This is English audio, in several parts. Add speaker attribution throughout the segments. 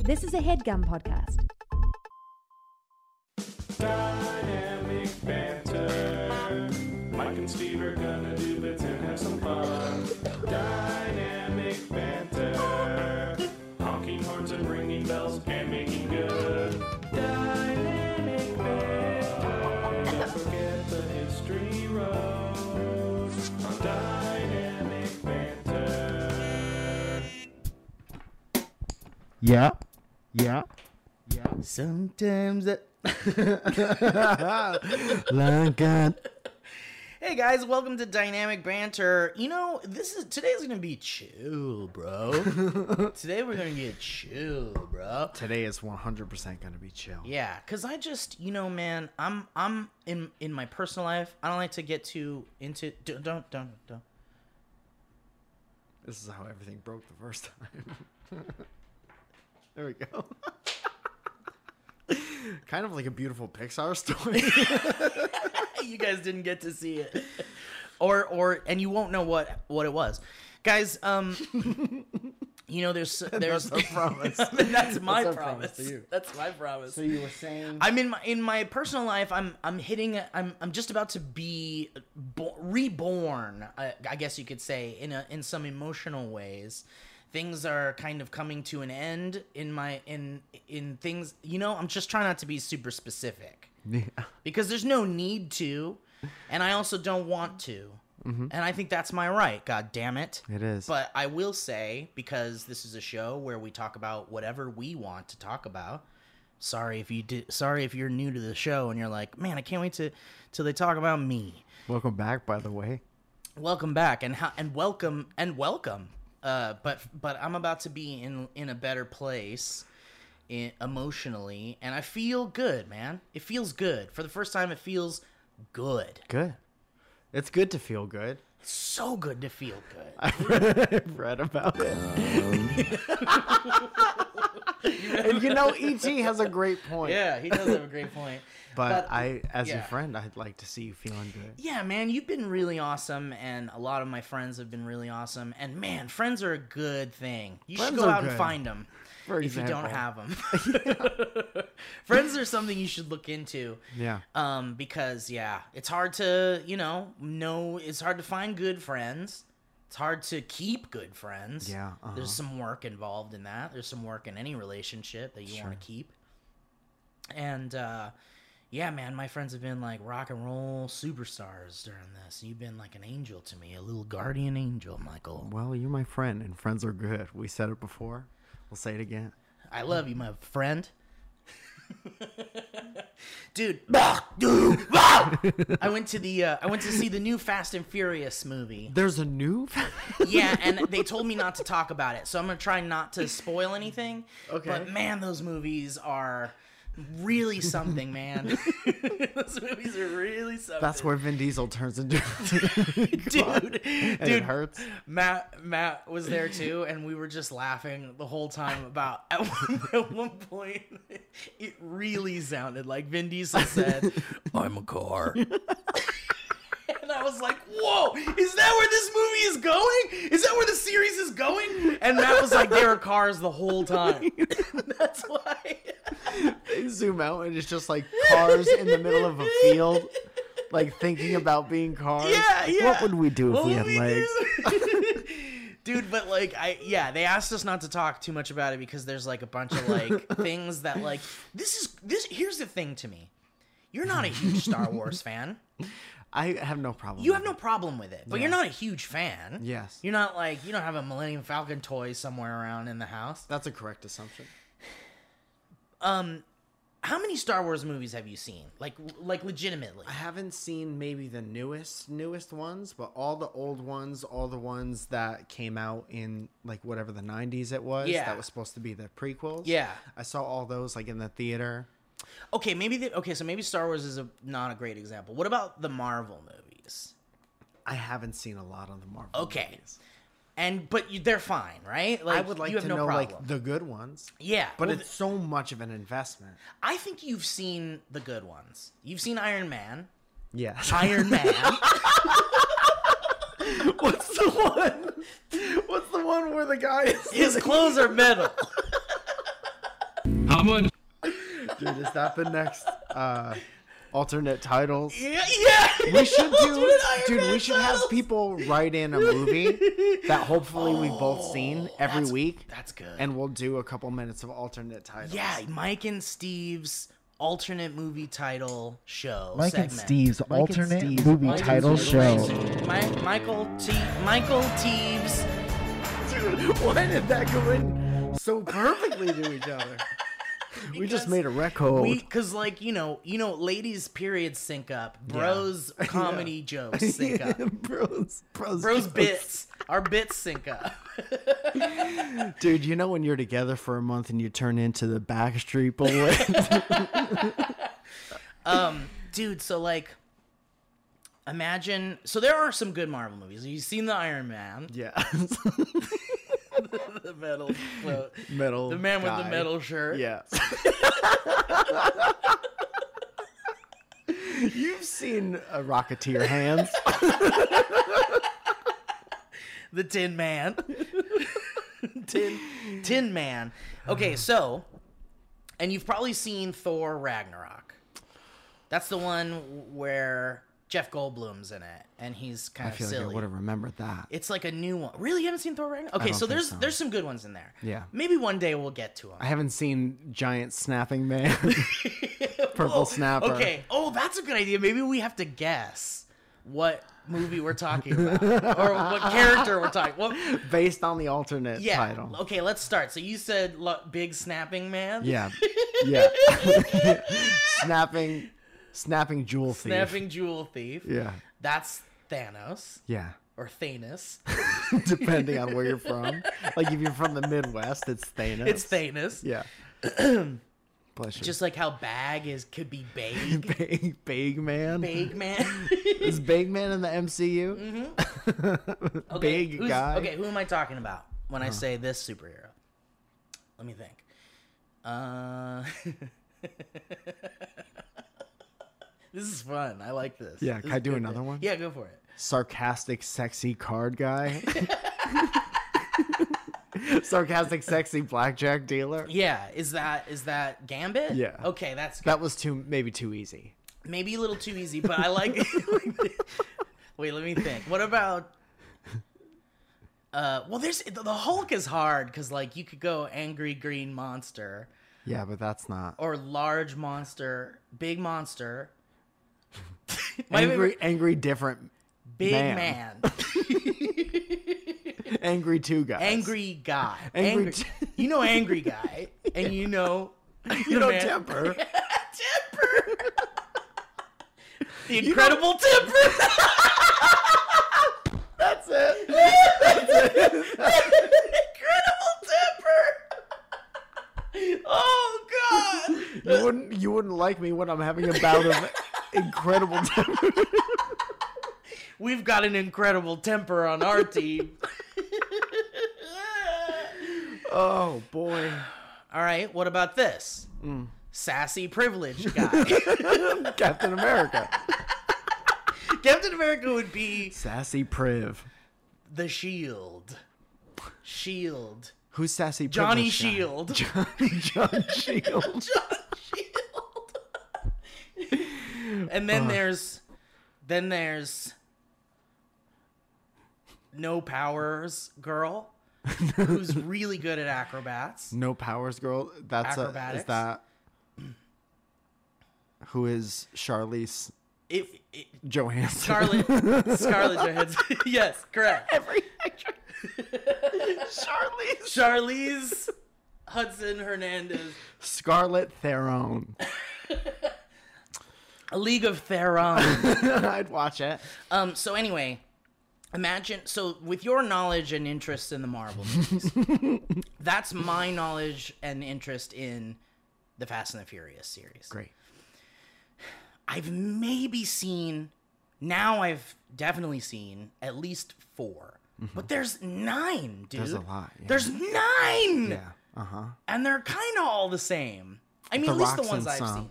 Speaker 1: This is a headgum podcast.
Speaker 2: Dynamic banter. Mike and Steve are gonna do bits and have some fun. Dynamic banter. Honking horns and ringing bells and making good. Dynamic banter. Don't forget the history road on dynamic banter.
Speaker 3: Yeah. Yeah. Yeah.
Speaker 4: Sometimes that.
Speaker 3: Like God.
Speaker 4: Hey guys, welcome to Dynamic Banter. You know, this is today's gonna be chill, bro. Today we're gonna get chill, bro.
Speaker 3: Today is 100% going to be chill.
Speaker 4: Yeah, cause I just, you know, man, I'm, I'm in, in my personal life. I don't like to get too into. Don't, don't, don't. don't.
Speaker 3: This is how everything broke the first time. there we go. kind of like a beautiful Pixar story.
Speaker 4: you guys didn't get to see it, or, or, and you won't know what, what it was, guys. Um, you know, there's, there's
Speaker 3: our promise.
Speaker 4: that's my
Speaker 3: That's our
Speaker 4: promise.
Speaker 3: promise to you.
Speaker 4: That's my promise.
Speaker 3: you were saying.
Speaker 4: I'm in my in my personal life. I'm I'm hitting. a- I'm I'm just about to be bo- reborn. I, I guess you could say in a, in some emotional ways. Things are kind of coming to an end in my in in things. You know, I'm just trying not to be super specific because there's no need to, and I also don't want to. And I think that's my right. God damn it.
Speaker 3: Mm-hmm. It is.
Speaker 4: But I will say, because this is a show where we talk about whatever we want to talk about. Sorry if you did. Sorry if you're new to the show and you're like, man, I can't wait to till they talk about me.
Speaker 3: Welcome back, by the way.
Speaker 4: Welcome back and how and welcome and welcome. Uh, but but I'm about to be in in a better place in, emotionally, and I feel good, man. It feels good for the first time. It feels good.
Speaker 3: Good. It's good to feel good.
Speaker 4: So good to feel good.
Speaker 3: I've read, I've read about it. and you know, ET has a great point.
Speaker 4: Yeah, he does have a great point.
Speaker 3: But,
Speaker 4: But-
Speaker 3: I, as your
Speaker 4: yeah.
Speaker 3: friend, I'd like to see you feeling good.
Speaker 4: Yeah, man, you've been really awesome, and a lot of my friends have been really awesome. And man, friends are a good thing. You
Speaker 3: Friends
Speaker 4: should go
Speaker 3: are
Speaker 4: out and
Speaker 3: good.
Speaker 4: find them
Speaker 3: For
Speaker 4: if you don't
Speaker 3: example.
Speaker 4: have them. friends are something you should look into.
Speaker 3: Yeah.
Speaker 4: Um, because yeah, it's hard to you know know it's hard to find good friends. It's hard to keep good friends.
Speaker 3: Yeah, uh-huh.
Speaker 4: There's some work involved in that. There's some work in any relationship that you want to keep. And uh, yeah, man, my friends have been like rock and roll superstars during this. You've been like an angel to me, a little guardian angel, Michael.
Speaker 3: Well, you're my friend, and friends are good. We said it before. We'll say it again.
Speaker 4: I love you, my friend. dude, ah, dude, ah! I went to the uh, I went to see the new Fast and Furious movie.
Speaker 3: There's a new.
Speaker 4: Yeah, and they told me not to talk about it, so I'm gonna try not to spoil anything. Okay. But man, those movies are really something, man. those movies are really something.
Speaker 3: That's where Vin Diesel turns into.
Speaker 4: dude, dude,
Speaker 3: and it hurts.
Speaker 4: Matt Matt was there too, and we were just laughing the whole time about at one, at one point it really sounded like Vin Diesel said, I'm a car. and I was like, whoa, is that where this movie is going? Is that where the series is going? And Matt was like, there are cars the whole time. That's why
Speaker 3: They zoom out, and it's just like cars in the middle of a field, like thinking about being cars.
Speaker 4: Yeah,
Speaker 3: Like,
Speaker 4: yeah.
Speaker 3: What would we do if
Speaker 4: What
Speaker 3: we
Speaker 4: would
Speaker 3: had legs?
Speaker 4: do? Dude, but like I yeah, they asked us not to talk too much about it because there's like a bunch of like things that like this is this here's the thing to me. You're not a huge Star Wars fan.
Speaker 3: I have no problem.
Speaker 4: You have
Speaker 3: with
Speaker 4: no
Speaker 3: it.
Speaker 4: problem with it, but you're not a huge fan.
Speaker 3: Yes.
Speaker 4: You're not like you don't have a Millennium Falcon toy somewhere around in the house.
Speaker 3: That's a correct assumption.
Speaker 4: How many Star Wars movies have you seen? Like like legitimately.
Speaker 3: I haven't seen maybe the newest newest ones, but all the old ones, all the ones that came out in like whatever the '90s it was,
Speaker 4: Yeah.
Speaker 3: that was supposed to be the prequels.
Speaker 4: Yeah.
Speaker 3: I saw all those like in the theater.
Speaker 4: Okay, maybe the, okay, so maybe Star Wars is a, not a great example. What about the Marvel movies?
Speaker 3: I haven't seen a lot of the Marvel.
Speaker 4: Okay.
Speaker 3: movies.
Speaker 4: and but you, they're fine, right? Like
Speaker 3: I would like
Speaker 4: you have
Speaker 3: to
Speaker 4: no
Speaker 3: know
Speaker 4: problem.
Speaker 3: like the good ones,
Speaker 4: yeah,
Speaker 3: but
Speaker 4: well,
Speaker 3: it's so much of an investment.
Speaker 4: I think you've seen the good ones. You've seen Iron Man,
Speaker 3: Yeah.
Speaker 4: Iron Man,
Speaker 3: What's the one? What's the one where the guy is?
Speaker 4: his clothes are metal.
Speaker 5: someone.
Speaker 3: Dude, is that the next uh, alternate titles?
Speaker 4: Yeah, yeah.
Speaker 3: We should do,
Speaker 4: Alternate Iron
Speaker 3: dude.
Speaker 4: Man
Speaker 3: We should have
Speaker 4: titles.
Speaker 3: people write in a movie that hopefully we've both seen every week,
Speaker 4: Oh, That's good.
Speaker 3: and we'll do a couple minutes of alternate titles.
Speaker 4: yeah, Mike and Steve's alternate movie title show.
Speaker 6: Mike and
Speaker 4: segment.
Speaker 6: Steve's alternate
Speaker 3: Steve's
Speaker 6: movie
Speaker 3: Mike and
Speaker 6: title
Speaker 3: Steve's
Speaker 6: show.
Speaker 4: Mi- Michael T. Michael Teves.
Speaker 3: Why did that go in so perfectly to each other? we just
Speaker 4: Because
Speaker 3: made a record.
Speaker 4: We, cause like you know, you know, ladies' periods sync up, bros' comedy jokes sync up,
Speaker 3: bros, bros,
Speaker 4: bros' bits, our bits sync up.
Speaker 3: Dude, you know when you're together for a month and you turn into the Backstreet Boys?
Speaker 4: dude so like imagine so there are some good marvel movies you've seen the iron man
Speaker 3: yeah.
Speaker 4: the metal well,
Speaker 3: metal.
Speaker 4: the man with
Speaker 3: guy.
Speaker 4: the metal shirt
Speaker 3: Yeah. You've seen a Rocketeer hands.
Speaker 4: the tin man tin tin man okay so and you've probably seen thor ragnarok that's the one where jeff goldblum's in it and he's kind
Speaker 3: I
Speaker 4: of
Speaker 3: feel like I
Speaker 4: silly
Speaker 3: would have remembered that.
Speaker 4: it's like a new one. Really, you haven't seen Thor Ragnarok? Okay,
Speaker 3: don't
Speaker 4: so
Speaker 3: think
Speaker 4: there's
Speaker 3: so.
Speaker 4: there's some good ones in there.
Speaker 3: Yeah.
Speaker 4: Maybe one day we'll get to them.
Speaker 3: I haven't seen Giant Snapping Man. Purple
Speaker 4: Oh,
Speaker 3: Snapper.
Speaker 4: Okay. Oh, that's a good idea. Maybe we have to guess what movie we're talking about or what character we're talking. Well,
Speaker 3: Based on the alternate
Speaker 4: yeah.
Speaker 3: title.
Speaker 4: Okay, let's start. So you said lo- Big Snapping Man.
Speaker 3: Yeah. Yeah. snapping snapping jewel thief.
Speaker 4: Snapping Jewel Thief.
Speaker 3: Yeah.
Speaker 4: That's Thanos
Speaker 3: Yeah.
Speaker 4: or Thanos.
Speaker 3: Depending on where you're from. Like if you're from the Midwest, it's Thanos.
Speaker 4: It's Thanos.
Speaker 3: Yeah. Bless you.
Speaker 4: Just like how bag is could be bag.
Speaker 3: Big, big man.
Speaker 4: Bag man.
Speaker 3: Is Big Man in the MCU?
Speaker 4: Mm-hmm. Okay,
Speaker 3: Big
Speaker 4: who's-
Speaker 3: guy. Uh-huh.
Speaker 4: Okay, who am I talking about when I say this superhero? Let me think. Uh, this is fun. I like this.
Speaker 3: Yeah,
Speaker 4: This
Speaker 3: can
Speaker 4: is
Speaker 3: I do
Speaker 4: good.
Speaker 3: another one?
Speaker 4: Yeah, go for it.
Speaker 3: Sarcastic, sexy card guy. Sarcastic, sexy blackjack dealer.
Speaker 4: Yeah, is that is that Gambit?
Speaker 3: Yeah.
Speaker 4: Okay, that's good.
Speaker 3: That was too maybe too easy.
Speaker 4: maybe a little too easy, but I like. Wait, let me think. What about? Uh, well, there's the Hulk is hard because like you could go angry green monster.
Speaker 3: Yeah, but that's not
Speaker 4: or large monster, big monster. My
Speaker 3: angry.
Speaker 4: favorite-
Speaker 3: Angry different.
Speaker 4: big
Speaker 3: man.
Speaker 4: man,
Speaker 3: Angry two guys.
Speaker 4: angry guy,
Speaker 3: Angry
Speaker 4: angry.
Speaker 3: t-
Speaker 4: you know, angry guy, and you know,
Speaker 3: You
Speaker 4: the
Speaker 3: know
Speaker 4: man-
Speaker 3: temper.
Speaker 4: temper, the incredible temper.
Speaker 3: That's it.
Speaker 4: incredible temper. Oh God.
Speaker 3: You wouldn't. You wouldn't like me when I'm having a bout of incredible temper.
Speaker 4: We've got an incredible temper on our team.
Speaker 3: Oh boy.
Speaker 4: All right, what about this? Sassy privileged guy.
Speaker 3: Captain America.
Speaker 4: Captain America would be
Speaker 3: Sassy Priv.
Speaker 4: the Shield. Shield.
Speaker 3: Who's Sassy Priv?
Speaker 4: Johnny
Speaker 3: this guy?
Speaker 4: Shield.
Speaker 3: John Shield.
Speaker 4: and then there's then there's No Powers girl who's really good at acrobats.
Speaker 3: No powers, girl. That's a, is
Speaker 4: Acrobatics.
Speaker 3: that who is Charlize
Speaker 4: It, it,
Speaker 3: Johansson?
Speaker 4: Scarlett Scarlett Johansson. yes, correct. Every Charlize Charlize Hudson Hernandez.
Speaker 3: Scarlett Theron.
Speaker 4: A League of Their Own.
Speaker 3: I'd watch it.
Speaker 4: Um, so anyway, imagine so with your knowledge and interest in the Marvel movies, that's my knowledge and interest in the Fast and the Furious series.
Speaker 3: Great.
Speaker 4: I've maybe seen now I've definitely seen at least 4 But there's nine, dude.
Speaker 3: Mm-hmm. There's a lot, yeah.
Speaker 4: There's nine,
Speaker 3: Yeah. Uh huh.
Speaker 4: and they're kind of all the same. I mean,
Speaker 3: The
Speaker 4: at least
Speaker 3: Rock's
Speaker 4: the ones
Speaker 3: in
Speaker 4: I've
Speaker 3: some.
Speaker 4: seen.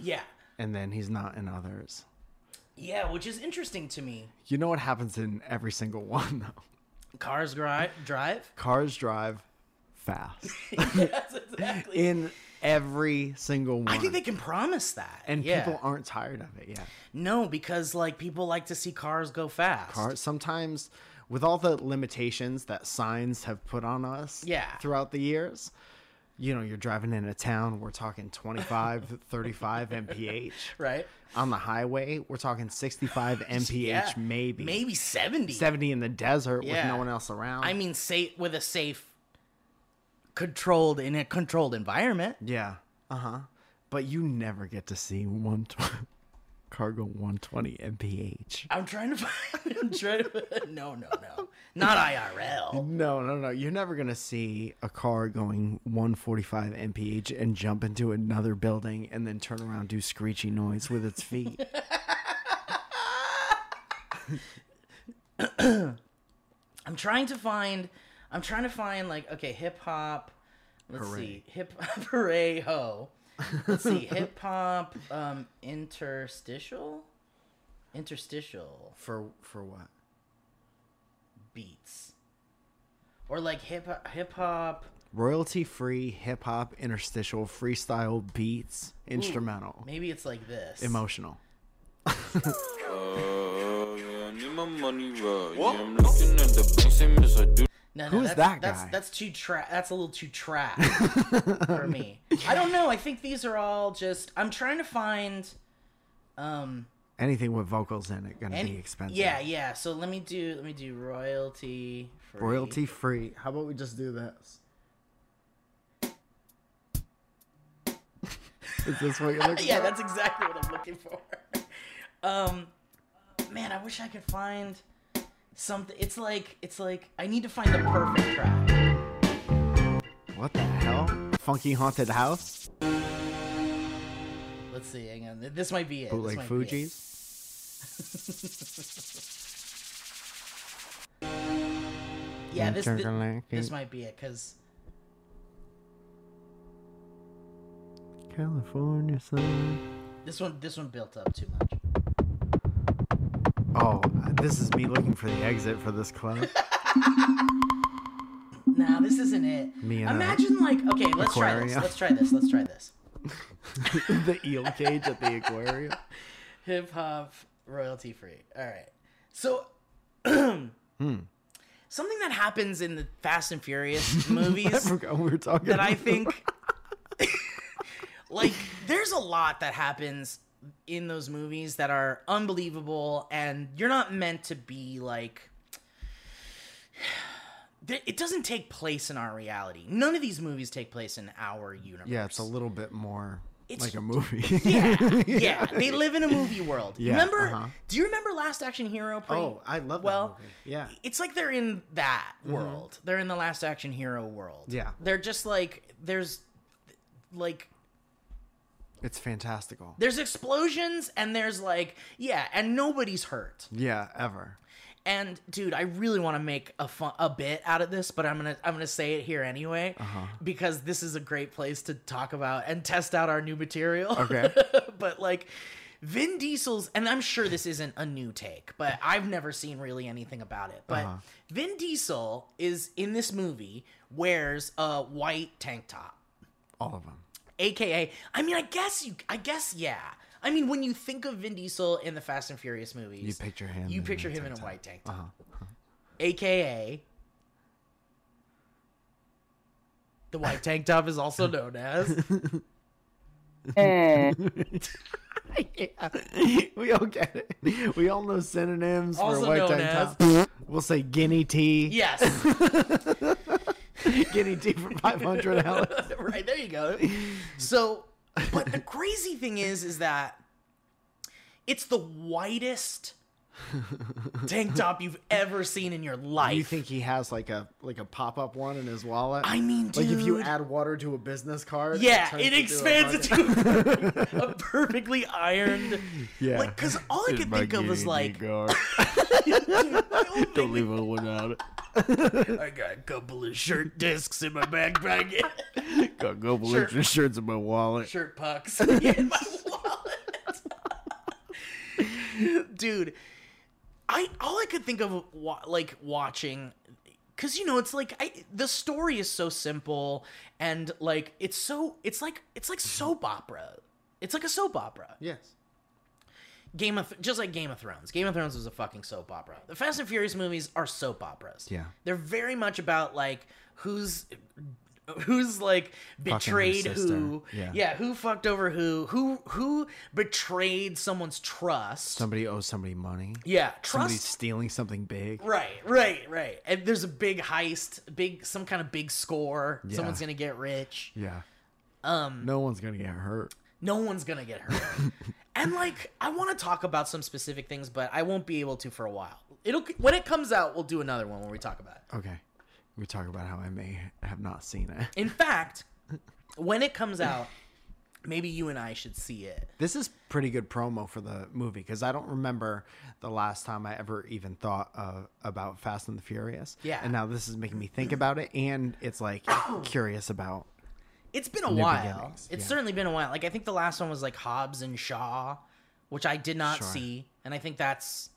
Speaker 4: Yeah,
Speaker 3: And then he's not in others.
Speaker 4: yeah, which is interesting to me.
Speaker 3: You know what happens in every single one though.
Speaker 4: Cars gri- drive.
Speaker 3: Cars drive fast.
Speaker 4: That's exactly.
Speaker 3: In Every single one.
Speaker 4: I think they can promise that.
Speaker 3: and
Speaker 4: Yeah.
Speaker 3: people aren't tired of it yet.
Speaker 4: No, because like people like to see cars go fast.
Speaker 3: Car- Sometimes, with all the limitations that signs have put on us
Speaker 4: Yeah.
Speaker 3: throughout the years, you know, you're driving in a town, we're talking 25, 35 mph.
Speaker 4: Right?
Speaker 3: On the highway, we're talking 65 mph,
Speaker 4: Yeah.
Speaker 3: maybe.
Speaker 4: Maybe 70.
Speaker 3: 70 in the desert with
Speaker 4: Yeah.
Speaker 3: no one else around.
Speaker 4: I mean safe with a safe controlled in a controlled environment.
Speaker 3: yeah. Uh huh. But you never get to see one cargo 120 mph.
Speaker 4: I'm trying to find I'm trying to No, no, no. Not IRL.
Speaker 3: No, no, no. You're never going to see a car going 145 mph and jump into another building and then turn around do screechy noise with its feet.
Speaker 4: I'm trying to find I'm trying to find like okay, hip hop. Let's
Speaker 3: Hooray.
Speaker 4: see. Hip hooray ho. Let's see. Hip hop um interstitial interstitial
Speaker 3: for for what?
Speaker 4: beats. Or like hip hip hop
Speaker 3: Royalty free hip hop interstitial freestyle beats instrumental
Speaker 4: Maybe it's like this.
Speaker 3: emotional.
Speaker 5: Yeah, I need my money right. Yeah, I'm looking at the bank, same as I do.
Speaker 4: No, no,
Speaker 3: Who's
Speaker 4: that's,
Speaker 3: that
Speaker 4: That's,
Speaker 3: guy?
Speaker 4: that's too trap. That's a little too trap for me. I don't know. I think these are all just. I'm trying to find. Um.
Speaker 3: Anything with vocals in it gonna
Speaker 4: Any,
Speaker 3: be expensive.
Speaker 4: Yeah, yeah. So let me do. Let me do royalty. Free.
Speaker 3: Royalty free. How about we just do this? Is this what you're looking
Speaker 4: Yeah,
Speaker 3: for?
Speaker 4: that's exactly what I'm looking for. um, man, I wish I could find something. It's like it's like I need to find the perfect track.
Speaker 3: What the hell? Funky haunted house?
Speaker 4: Let's see. Hang on. This might be it. This
Speaker 3: Bootleg
Speaker 4: might be it.
Speaker 3: Fuji's?
Speaker 4: Yeah, this thi-
Speaker 3: Intergalactic.
Speaker 4: this might be it because.
Speaker 3: California sun.
Speaker 4: This one, this one built up too much.
Speaker 3: Oh, this is me looking for the exit for this club.
Speaker 4: Nah, this isn't it.
Speaker 3: Me and, uh,
Speaker 4: Imagine like, okay, let's try this.
Speaker 3: aquarium.
Speaker 4: Let's try this. Let's try this.
Speaker 3: the eel cage at the aquarium.
Speaker 4: Hip hop royalty free. All right. So,
Speaker 3: Hmm.
Speaker 4: something that happens in the Fast and Furious
Speaker 3: I
Speaker 4: movies
Speaker 3: forgot we were talking.
Speaker 4: that I
Speaker 3: about-
Speaker 4: think, like, there's a lot that happens in those movies that are unbelievable, and you're not meant to be like. It doesn't take place in our reality. None of these movies take place in our universe.
Speaker 3: Yeah, it's a little bit more
Speaker 4: It's-
Speaker 3: like a movie.
Speaker 4: yeah, yeah. They live in a movie world.
Speaker 3: Yeah,
Speaker 4: remember?
Speaker 3: uh-huh.
Speaker 4: Do you remember Last Action Hero? Pre-
Speaker 3: Oh, I love that
Speaker 4: well,
Speaker 3: movie. Yeah. Mm-hmm.
Speaker 4: It's like they're in that world. They're in the Last Action Hero world.
Speaker 3: Yeah.
Speaker 4: They're just like there's like
Speaker 3: It's fantastical.
Speaker 4: there's explosions and there's like yeah and nobody's hurt.
Speaker 3: Yeah, ever.
Speaker 4: And dude, I really want to make a fun, a bit out of this, but I'm gonna I'm gonna say it here anyway because this is a great place to talk about and test out our new material.
Speaker 3: Okay.
Speaker 4: but like Vin Diesel's, and I'm sure this isn't a new take, but I've never seen really anything about it. But Vin Diesel is in this movie wears a white tank top,
Speaker 3: All of them.
Speaker 4: aka. I mean, I guess you. I guess yeah. I mean, when you think of Vin Diesel in the Fast and Furious movies,
Speaker 3: You picture him
Speaker 4: You
Speaker 3: in Uh-huh,
Speaker 4: picture
Speaker 3: a
Speaker 4: him
Speaker 3: tank
Speaker 4: in a
Speaker 3: top.
Speaker 4: white tank top, aka. The white tank top is also known as.
Speaker 3: we all get it. We all know synonyms
Speaker 4: Also
Speaker 3: for white
Speaker 4: known
Speaker 3: tank top. We'll say guinea tea.
Speaker 4: Yes,
Speaker 3: Guinea tea for 500 Alex.
Speaker 4: right there you go so but the crazy thing is is that it's the whitest tank top you've ever seen in your life
Speaker 3: You think he has like a like a pop up one in his wallet?
Speaker 4: I mean,
Speaker 3: like if you
Speaker 4: dude.
Speaker 3: add water to a business card,
Speaker 4: yeah
Speaker 3: turns
Speaker 4: it
Speaker 3: into a
Speaker 4: expands
Speaker 3: fucking-
Speaker 4: into a perfectly ironed
Speaker 3: Yeah.
Speaker 4: like because all i could think of
Speaker 3: E
Speaker 4: was like
Speaker 3: Don't leave it without it.
Speaker 4: i got a couple of shirt discs in my back pocket
Speaker 3: Got go
Speaker 4: Sure. your
Speaker 3: shirts in my wallet.
Speaker 4: shirt pucks in my wallet. Dude, I all I could think of wa- like watching Cause you know, it's like I the story is so simple and like it's so it's like it's like soap opera. It's like a soap opera.
Speaker 3: Yes.
Speaker 4: Game of just like Game of Thrones. Game of Thrones was a fucking soap opera. The Fast and Furious movies are soap operas.
Speaker 3: Yeah.
Speaker 4: They're very much about like who's who's like betrayed
Speaker 3: sister.
Speaker 4: who.
Speaker 3: Yeah.
Speaker 4: who fucked over who? Who who betrayed someone's trust?
Speaker 3: Somebody owes somebody money.
Speaker 4: yeah,
Speaker 3: Somebody's
Speaker 4: trust.
Speaker 3: stealing something big.
Speaker 4: Right, right, right. And there's a big heist, big some kind of big score.
Speaker 3: Yeah.
Speaker 4: Someone's going to get rich.
Speaker 3: Yeah.
Speaker 4: Um
Speaker 3: No one's gonna get hurt.
Speaker 4: no one's gonna get hurt. and like, I want to talk about some specific things, but I won't be able to for a while. It'll when it comes out, we'll do another one where we talk about it.
Speaker 3: Okay. We talk about how I may have not seen it.
Speaker 4: In fact, when it comes out, maybe you and I should see it.
Speaker 3: This is pretty good promo for the movie because I don't remember the last time I ever even thought uh, about Fast and the Furious.
Speaker 4: Yeah.
Speaker 3: And now this is making me think about it, and it's like curious about.
Speaker 4: It's been a while.
Speaker 3: beginnings,
Speaker 4: It's
Speaker 3: yeah.
Speaker 4: certainly been a while. Like I think the last one was like Hobbs and Shaw, which I did not
Speaker 3: Sure.
Speaker 4: see, and I think that's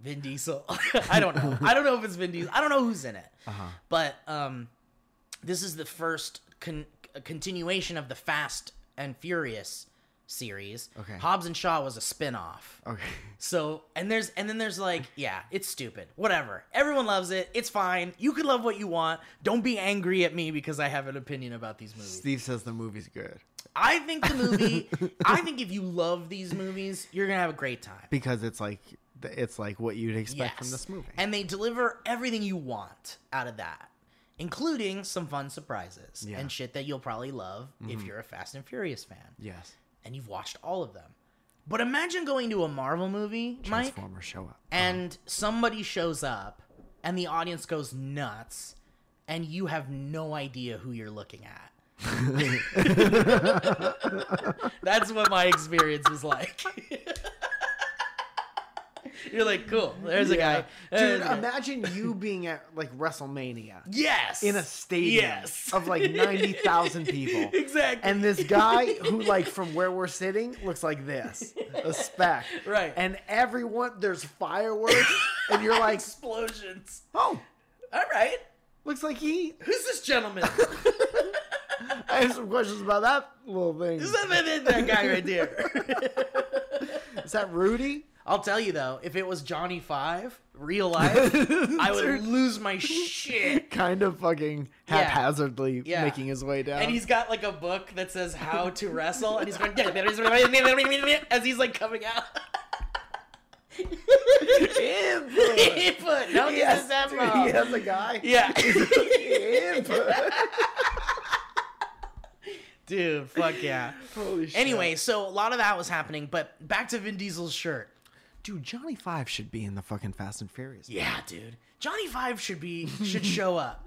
Speaker 4: Vin Diesel. I don't know. I don't know if it's Vin Diesel. I don't know who's in it.
Speaker 3: Uh-huh.
Speaker 4: But um, this is the first con- a continuation of the Fast and Furious series.
Speaker 3: Okay.
Speaker 4: Hobbs and Shaw was a spin-off.
Speaker 3: Okay.
Speaker 4: So and there's and then there's like yeah it's stupid whatever everyone loves it it's fine you can love what you want don't be angry at me because I have an opinion about these movies
Speaker 3: Steve says the movie's good
Speaker 4: I think the movie I think if you love these movies you're gonna have a great time
Speaker 3: because it's like it's like what you'd expect from
Speaker 4: Yes.
Speaker 3: this movie.
Speaker 4: and they deliver everything you want out of that including some fun surprises
Speaker 3: Yeah. Mm-hmm.
Speaker 4: and shit that you'll probably love if you're a Fast and Furious fan
Speaker 3: yes.
Speaker 4: and you've watched all of them but imagine going to a Marvel movie Mike
Speaker 3: Transformers show up.
Speaker 4: and somebody shows up and the audience goes nuts and you have no idea who you're looking at that's what my experience was like you're like cool there's a guy
Speaker 3: Dude,
Speaker 4: There's a guy.
Speaker 3: imagine you being at like WrestleMania
Speaker 4: yes
Speaker 3: in a stadium
Speaker 4: yes
Speaker 3: of like 90,000 people.
Speaker 4: exactly
Speaker 3: And this guy who, like, from where we're sitting, looks like this a speck.
Speaker 4: Right.
Speaker 3: And everyone, there's fireworks. And you're like,
Speaker 4: explosions
Speaker 3: oh,
Speaker 4: all right
Speaker 3: looks like he.
Speaker 4: who's this gentleman
Speaker 3: I have some questions about that little thing.
Speaker 4: who's that, that guy right there
Speaker 3: Is that Rudy?
Speaker 4: I'll tell you though, if it was Johnny Five, real life, I would lose my shit.
Speaker 3: Kind of fucking haphazardly
Speaker 4: Yeah.
Speaker 3: making his way down.
Speaker 4: And he's got like a book that says how to wrestle, and he's going as he's like coming out. Input. No, yes,
Speaker 3: yes,
Speaker 4: is that
Speaker 3: dude,
Speaker 4: wrong.
Speaker 3: he has a guy.
Speaker 4: Yeah,
Speaker 3: Input.
Speaker 4: dude, fuck yeah.
Speaker 3: Holy shit.
Speaker 4: Anyway, so a lot of that was happening, but back to Vin Diesel's shirt.
Speaker 3: Dude, Johnny Five should be in the fucking Fast and Furious.
Speaker 4: Yeah, dude. Johnny Five should be should show up.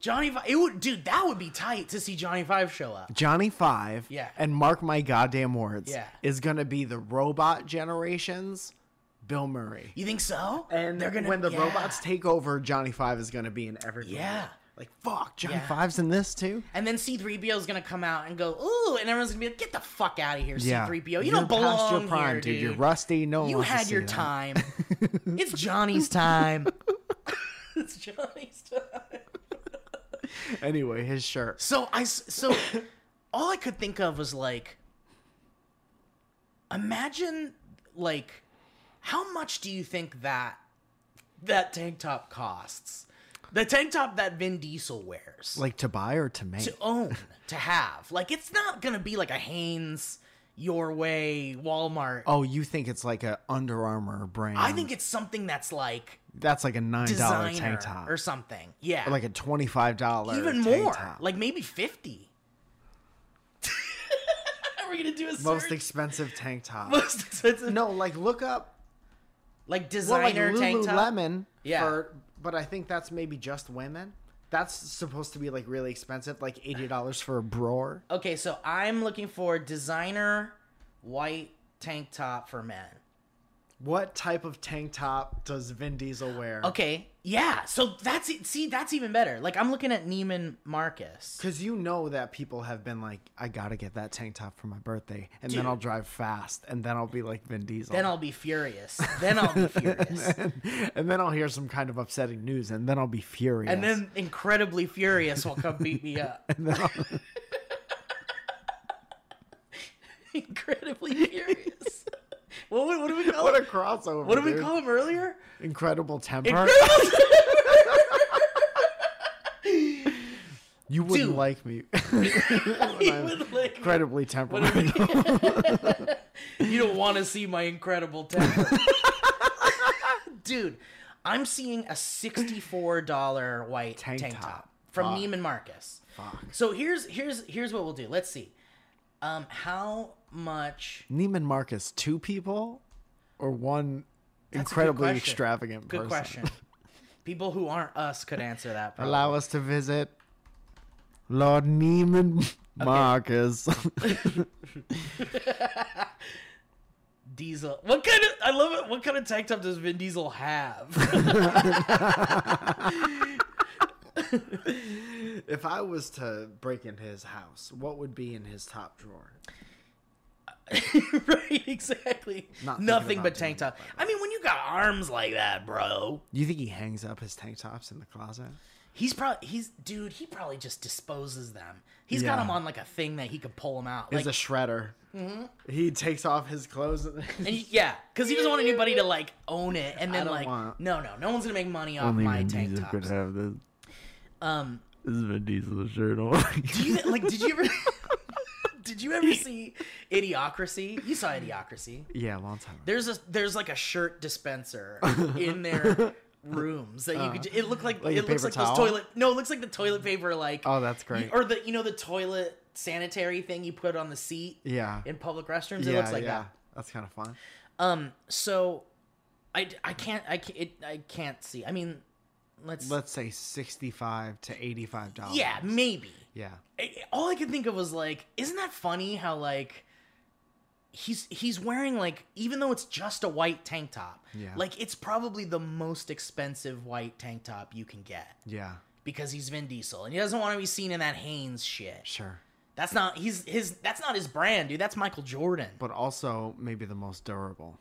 Speaker 4: Johnny Five, it would, dude. That would be tight to see Johnny Five show up.
Speaker 3: Johnny Five,
Speaker 4: Yeah.
Speaker 3: and mark my goddamn words,
Speaker 4: Yeah.
Speaker 3: is gonna be the robot generations, Bill Murray.
Speaker 4: You think so?
Speaker 3: And they're gonna when the
Speaker 4: yeah.
Speaker 3: robots take over, Johnny Five is gonna be in every movie.
Speaker 4: Yeah.
Speaker 3: Like fuck, Johnny
Speaker 4: Yeah.
Speaker 3: Five's in this too.
Speaker 4: And then C3PO is gonna come out and go, ooh, and everyone's gonna be like, get the fuck out of here, C3PO. You
Speaker 3: You're
Speaker 4: don't belong
Speaker 3: past your prime,
Speaker 4: here, dude.
Speaker 3: dude. You're rusty. No one
Speaker 4: You
Speaker 3: wants to
Speaker 4: had
Speaker 3: see
Speaker 4: your
Speaker 3: that.
Speaker 4: time. it's Johnny's time. it's Johnny's time.
Speaker 3: Anyway, his shirt.
Speaker 4: So I s- so all I could think of was like, imagine like how much do you think that that tank top costs? The tank top that Vin Diesel wears.
Speaker 3: Like to buy or to make.
Speaker 4: to own, to have. Like it's not gonna be like a Hanes, Your Way, Walmart.
Speaker 3: oh, you think it's like a Under Armour brand?
Speaker 4: I think it's something that's like
Speaker 3: that's like a nine dollar
Speaker 4: designer
Speaker 3: tank top,
Speaker 4: or something. Yeah,
Speaker 3: Or like a twenty five dollar
Speaker 4: even
Speaker 3: tank
Speaker 4: more,
Speaker 3: top.
Speaker 4: like maybe fifty. We're gonna do a
Speaker 3: most
Speaker 4: search.
Speaker 3: expensive tank top.
Speaker 4: most expensive,
Speaker 3: No, like look up
Speaker 4: like
Speaker 3: well, like
Speaker 4: designer tank top.
Speaker 3: Lululemon.
Speaker 4: Yeah.
Speaker 3: For, but I think that's maybe just women. That's supposed to be like really expensive, like eighty dollars for a broer.
Speaker 4: Okay, so I'm looking for designer white tank top for men.
Speaker 3: What type of tank top does Vin Diesel wear?
Speaker 4: Okay. Yeah. So that's it. See, that's even better. Like I'm looking at Neiman Marcus.
Speaker 3: Because you know that people have been like, I gotta get that tank top for my birthday, and
Speaker 4: Dude.
Speaker 3: then I'll drive fast, and then I'll be like Vin Diesel.
Speaker 4: Then I'll be furious. Then I'll be furious.
Speaker 3: and then I'll hear some kind of upsetting news, and then I'll be furious.
Speaker 4: And then incredibly furious will come beat me up. incredibly furious. What, what, what do we call
Speaker 3: what a
Speaker 4: him?
Speaker 3: crossover!
Speaker 4: What did we
Speaker 3: dude.
Speaker 4: call him earlier?
Speaker 3: Incredible temper. you wouldn't
Speaker 4: Dude.
Speaker 3: like me.
Speaker 4: He would like-
Speaker 3: Incredibly temperamental.
Speaker 4: you don't want to see my incredible temper. Dude, I'm seeing a $64 white
Speaker 3: Tank
Speaker 4: tank,
Speaker 3: top.
Speaker 4: top. from
Speaker 3: Fuck.
Speaker 4: Neiman Marcus. So here's here's here's what we'll do. Let's see. Um how much
Speaker 3: Neiman Marcus, two people or one
Speaker 4: That's a good
Speaker 3: incredibly
Speaker 4: question.
Speaker 3: extravagant
Speaker 4: Good
Speaker 3: person?
Speaker 4: question. People who aren't us could answer that. Probably.
Speaker 3: Allow us to visit Lord Neiman Marcus.
Speaker 4: Diesel. What kind of? I love it. What kind of tank top does Vin Diesel have?
Speaker 3: if I was to break in his house, what would be in his top drawer?
Speaker 4: right. Exactly.
Speaker 3: Not thinking
Speaker 4: Nothing but
Speaker 3: about
Speaker 4: tank
Speaker 3: doing
Speaker 4: top. I mean, when you got arms like that, bro.
Speaker 3: You think he hangs up his tank tops in the closet?
Speaker 4: He's probably he's dude. He probably just disposes them. He's got
Speaker 3: Yeah.
Speaker 4: them on like a thing that he could pull them out.
Speaker 3: He's
Speaker 4: Like, Mm-hmm.
Speaker 3: a shredder. He takes off his clothes. and-
Speaker 4: and he- yeah, because he doesn't want anybody to like own it. And then
Speaker 3: don't
Speaker 4: like,
Speaker 3: want-
Speaker 4: no, no, no one's gonna make money off my tank tops.
Speaker 3: have this.
Speaker 4: Um,
Speaker 3: This is Vin Diesel's shirt on.
Speaker 4: do you like? Did you ever? did you ever see Idiocracy? You saw Idiocracy.
Speaker 3: yeah, a long time. ago.
Speaker 4: There's a there's like a shirt dispenser in their rooms that you could. ju- It looked like,
Speaker 3: like a
Speaker 4: it looks
Speaker 3: paper
Speaker 4: like
Speaker 3: towel?
Speaker 4: those toilet. No, it looks like the toilet paper. Like
Speaker 3: Oh, that's great.
Speaker 4: or the you know the toilet sanitary thing you put on the seat.
Speaker 3: Yeah.
Speaker 4: In public restrooms,
Speaker 3: yeah,
Speaker 4: it looks like
Speaker 3: yeah. That's kind of fun.
Speaker 4: that. Um. So, I I can't I can't it, I can't see. I mean, let's.
Speaker 3: Let's say sixty-five to eighty-five dollars.
Speaker 4: yeah, maybe.
Speaker 3: Yeah.
Speaker 4: I- all I could think of was like, isn't that funny how like he's he's wearing like even though it's just a white tank top,
Speaker 3: Yeah.
Speaker 4: like it's probably the most expensive white tank top you can get
Speaker 3: Yeah.
Speaker 4: because he's Vin Diesel and he doesn't want to be seen in that Hanes shit.
Speaker 3: Sure.
Speaker 4: That's not he's his that's not his brand, dude. That's Michael Jordan.
Speaker 3: But also maybe the most durable.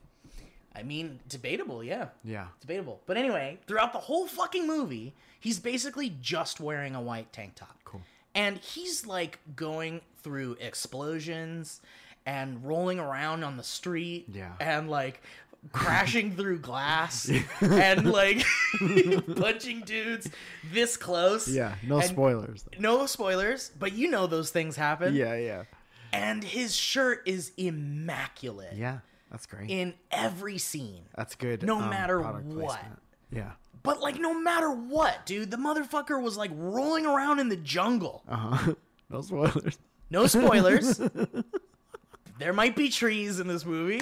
Speaker 4: I mean, debatable, yeah.
Speaker 3: Yeah.
Speaker 4: Debatable. But anyway, throughout the whole fucking movie, he's basically just wearing a white tank top. Cool. And he's like going through explosions and rolling around on the street.
Speaker 3: Yeah.
Speaker 4: And like crashing through glass and like punching dudes this close.
Speaker 3: Yeah. No
Speaker 4: And
Speaker 3: spoilers. Though.
Speaker 4: No spoilers, but you know those things happen.
Speaker 3: Yeah. Yeah.
Speaker 4: And his shirt is immaculate
Speaker 3: Yeah. That's great.
Speaker 4: in every scene.
Speaker 3: that's good. um,
Speaker 4: no matter
Speaker 3: product
Speaker 4: what.
Speaker 3: Yeah.
Speaker 4: But like, no matter what, dude, the motherfucker was like rolling around in the jungle.
Speaker 3: Uh huh. no spoilers.
Speaker 4: No spoilers. there might be trees in this movie.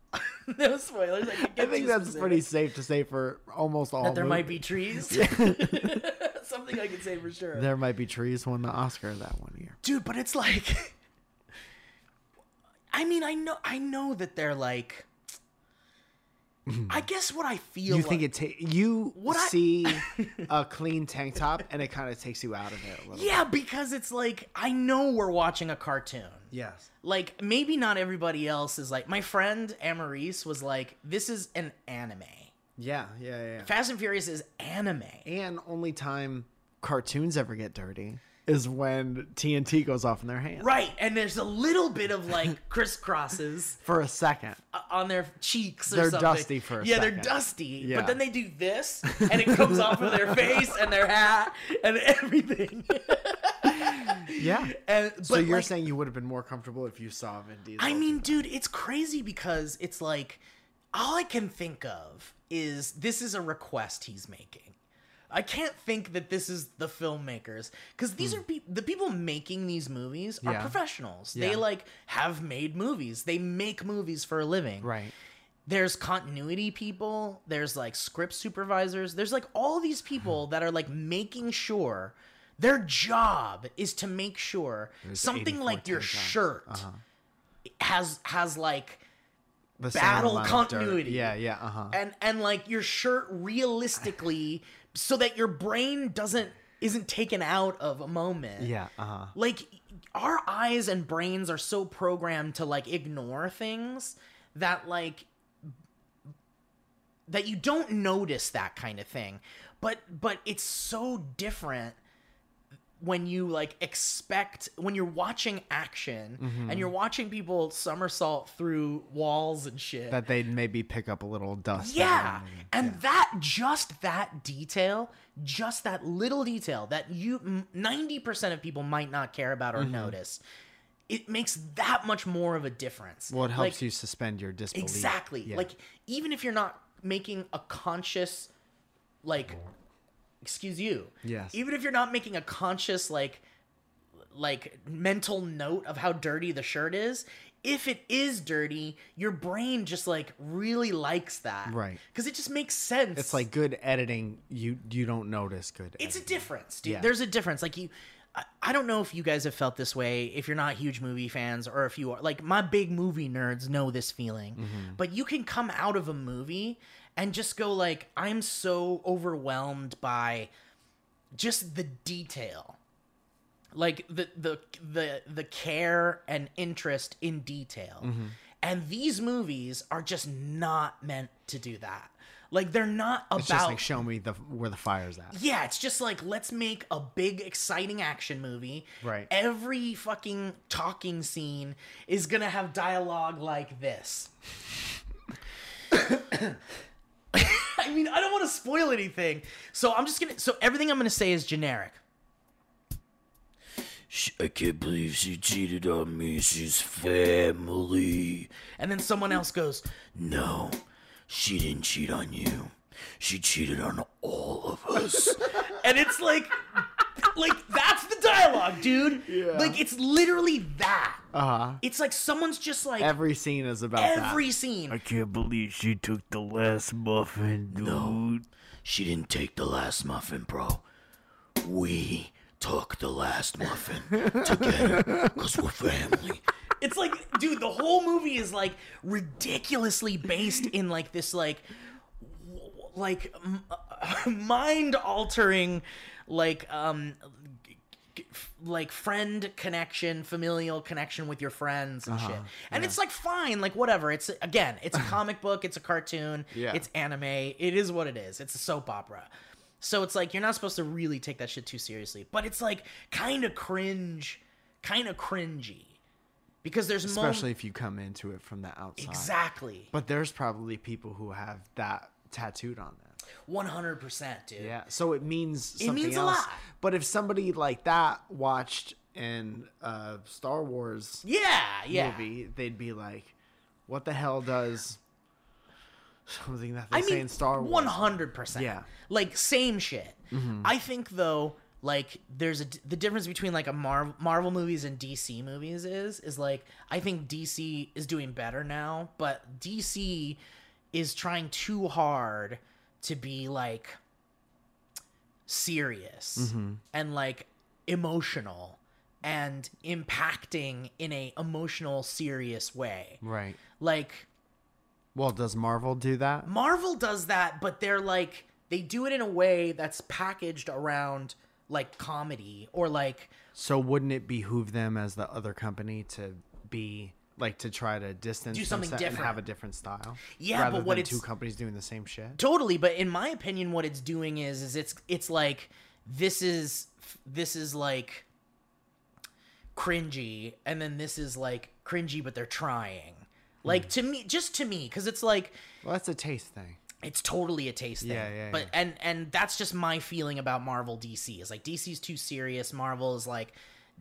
Speaker 4: no spoilers. I, can't
Speaker 3: I
Speaker 4: get too
Speaker 3: think that's
Speaker 4: specific.
Speaker 3: pretty safe to say for almost all.
Speaker 4: That there might
Speaker 3: movies.
Speaker 4: be trees. Something I can say for sure.
Speaker 3: There might be trees won the Oscar that one year.
Speaker 4: dude but it's like i mean i know i know that they're like i guess what i feel
Speaker 3: You
Speaker 4: like,
Speaker 3: think it ta- you
Speaker 4: What I-
Speaker 3: see a clean tank top and it kind of takes you out of it a little.
Speaker 4: yeah because it's like i know we're watching a cartoon
Speaker 3: Yes.
Speaker 4: like maybe not everybody else is like my friend Amaris was like this is an anime
Speaker 3: Yeah. Yeah. Yeah.
Speaker 4: fast and furious is anime
Speaker 3: And only time cartoons ever get dirty is when TNT goes off in their hand
Speaker 4: right and there's a little bit of like crisscrosses uh,
Speaker 3: for a second.
Speaker 4: on their cheeks or
Speaker 3: They're
Speaker 4: something.
Speaker 3: dusty for a
Speaker 4: yeah, they're
Speaker 3: second.
Speaker 4: dusty.
Speaker 3: Yeah.
Speaker 4: But then they do this, and it comes off of their face and their hat and everything.
Speaker 3: Yeah.
Speaker 4: and Eh, but
Speaker 3: Eh, so you're
Speaker 4: like,
Speaker 3: saying you would have been more comfortable if you saw Vin Diesel?
Speaker 4: I
Speaker 3: do
Speaker 4: mean,
Speaker 3: that?
Speaker 4: dude, it's crazy because it's like all I can think of is this is a request he's making. I can't think that this is the filmmakers because these are peop the people making these movies are
Speaker 3: Hmm. Yeah.
Speaker 4: professionals.
Speaker 3: Yeah.
Speaker 4: They like have made movies. They make movies for a living.
Speaker 3: right.
Speaker 4: there's continuity people, there's like script supervisors, there's like all these people that are like making sure their job is to make sure something
Speaker 3: 84
Speaker 4: like your
Speaker 3: tank tops.
Speaker 4: shirt has has like
Speaker 3: the
Speaker 4: battle
Speaker 3: same amount of dirt.
Speaker 4: continuity. Eh.
Speaker 3: Yeah, yeah, uh huh.
Speaker 4: and and like your shirt realistically so that your brain doesn't isn't taken out of a moment
Speaker 3: Yeah, uh-huh.
Speaker 4: like our eyes and brains are so programmed to like ignore things that like that you don't notice that kind of thing but but it's so different when you like expect when you're watching action and you're watching people somersault through walls and shit
Speaker 3: That they'd maybe pick up a little dust. every
Speaker 4: yeah.
Speaker 3: now and then.
Speaker 4: And that just that detail, just that little detail that you m- 90% of people might not care about
Speaker 3: Mm-hmm.
Speaker 4: or notice. It makes that much more of a difference.
Speaker 3: Well, it helps
Speaker 4: Like,
Speaker 3: you suspend your disbelief.
Speaker 4: Exactly.
Speaker 3: Yeah.
Speaker 4: Like even if you're not making a conscious like excuse you.
Speaker 3: Yes.
Speaker 4: Even if you're not making a conscious like like mental note of how dirty the shirt is, if it is dirty, your brain just like really likes that.
Speaker 3: Right.
Speaker 4: Cuz it just makes sense.
Speaker 3: it's like good editing. You you don't notice good.
Speaker 4: it's a
Speaker 3: editing.
Speaker 4: difference, dude.
Speaker 3: Yeah.
Speaker 4: There's a difference. Like you I- I don't know if you guys have felt this way if you're not huge movie fans or if you are like my big movie nerds know this feeling.
Speaker 3: Mm-hmm.
Speaker 4: But you can come out of a movie and just go like I'm so overwhelmed by just the detail. Like the the the the care and interest in detail.
Speaker 3: Mm-hmm.
Speaker 4: And these movies are just not meant to do that. Like they're not about
Speaker 3: It's just like show me the where the fire's at.
Speaker 4: yeah, it's just like let's make a big exciting action movie.
Speaker 3: Right.
Speaker 4: Every fucking talking scene is going to have dialogue like this. I mean, I don't want to spoil anything. So I'm just going to so everything I'm going to say is generic.
Speaker 5: Sh- I can't believe she cheated on me. She's family.
Speaker 4: And then someone else goes,
Speaker 5: No, she didn't cheat on you. She cheated on all of us.
Speaker 4: and it's like like that's the dialogue, dude. Like it's literally that.
Speaker 3: Uh huh.
Speaker 4: It's like someone's just like
Speaker 3: Every scene is about
Speaker 4: every scene.
Speaker 6: can't believe she took the last muffin, dude.
Speaker 5: she didn't take the last muffin, bro. We took the last muffin together because we're family.
Speaker 4: It's like, dude, the whole movie is like ridiculously based in like this like w- w- like mind altering like um g- g- f- like friend connection familial connection with your friends and shit and it's like fine like whatever it's again it's a comic book it's a cartoon
Speaker 3: Yeah.
Speaker 4: it's anime it is what it is it's a soap opera so it's like you're not supposed to really take that shit too seriously but it's like kind of cringe kind of cringy because there's mom-
Speaker 3: especially if you come into it from the outside.
Speaker 4: exactly
Speaker 3: But there's probably people who have that tattooed on them.
Speaker 4: 100% dude
Speaker 3: Yeah. So it means something
Speaker 4: means a
Speaker 3: else.
Speaker 4: lot.
Speaker 3: But if somebody like that watched an uh, Star Wars
Speaker 4: yeah yeah
Speaker 3: movie, they'd be like, "What the hell does something that they
Speaker 4: I
Speaker 3: say
Speaker 4: mean,
Speaker 3: in Star Wars?"
Speaker 4: one hundred percent.
Speaker 3: Yeah. Mm-hmm.
Speaker 4: like same shit. I think though, like there's a d- the difference between like a Marvel Marvel movies and DC movies is is like I think DC is doing better now, but DC is trying too hard to be like serious
Speaker 3: Mm-hmm.
Speaker 4: and like emotional and impacting in a emotional serious way
Speaker 3: Right.
Speaker 4: like
Speaker 3: Well, does Marvel do that?
Speaker 4: Marvel does that, but they're like they do it in a way that's packaged around like comedy or like
Speaker 3: So wouldn't it behoove them as the other company to be like to try to distance
Speaker 4: Do something
Speaker 3: themselves and have a
Speaker 4: different.
Speaker 3: different style?
Speaker 4: Yeah,
Speaker 3: rather
Speaker 4: but what
Speaker 3: than
Speaker 4: it's-
Speaker 3: two companies doing the same shit.
Speaker 4: totally, but in my opinion what it's doing is is it's it's like this is this is like cringy and then this is like cringy but they're trying. Like to me just to me cuz it's like
Speaker 3: Well, that's a taste thing.
Speaker 4: it's totally a taste thing.
Speaker 3: Yeah, yeah,
Speaker 4: But and and that's just my feeling about Marvel DC is like DC's too serious. Marvel is like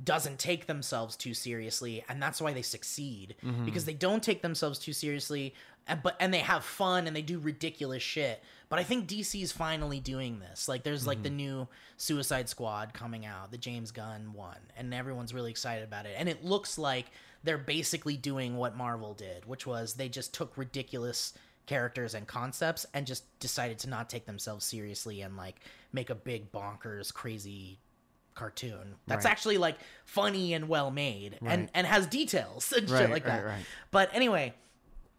Speaker 4: doesn't take themselves too seriously, and that's why they succeed
Speaker 3: Mm-hmm.
Speaker 4: because they don't take themselves too seriously. And, but and they have fun and they do ridiculous shit. But I think DC's finally doing this. Like there's like the
Speaker 3: Mm-hmm.
Speaker 4: new Suicide Squad coming out, the James Gunn one, and everyone's really excited about it. And it looks like they're basically doing what Marvel did, which was they just took ridiculous characters and concepts and just decided to not take themselves seriously and like make a big bonkers crazy cartoon that's
Speaker 3: Right.
Speaker 4: actually like funny and well made and
Speaker 3: Right.
Speaker 4: and has details and
Speaker 3: Right,
Speaker 4: shit like
Speaker 3: right,
Speaker 4: that
Speaker 3: right.
Speaker 4: but anyway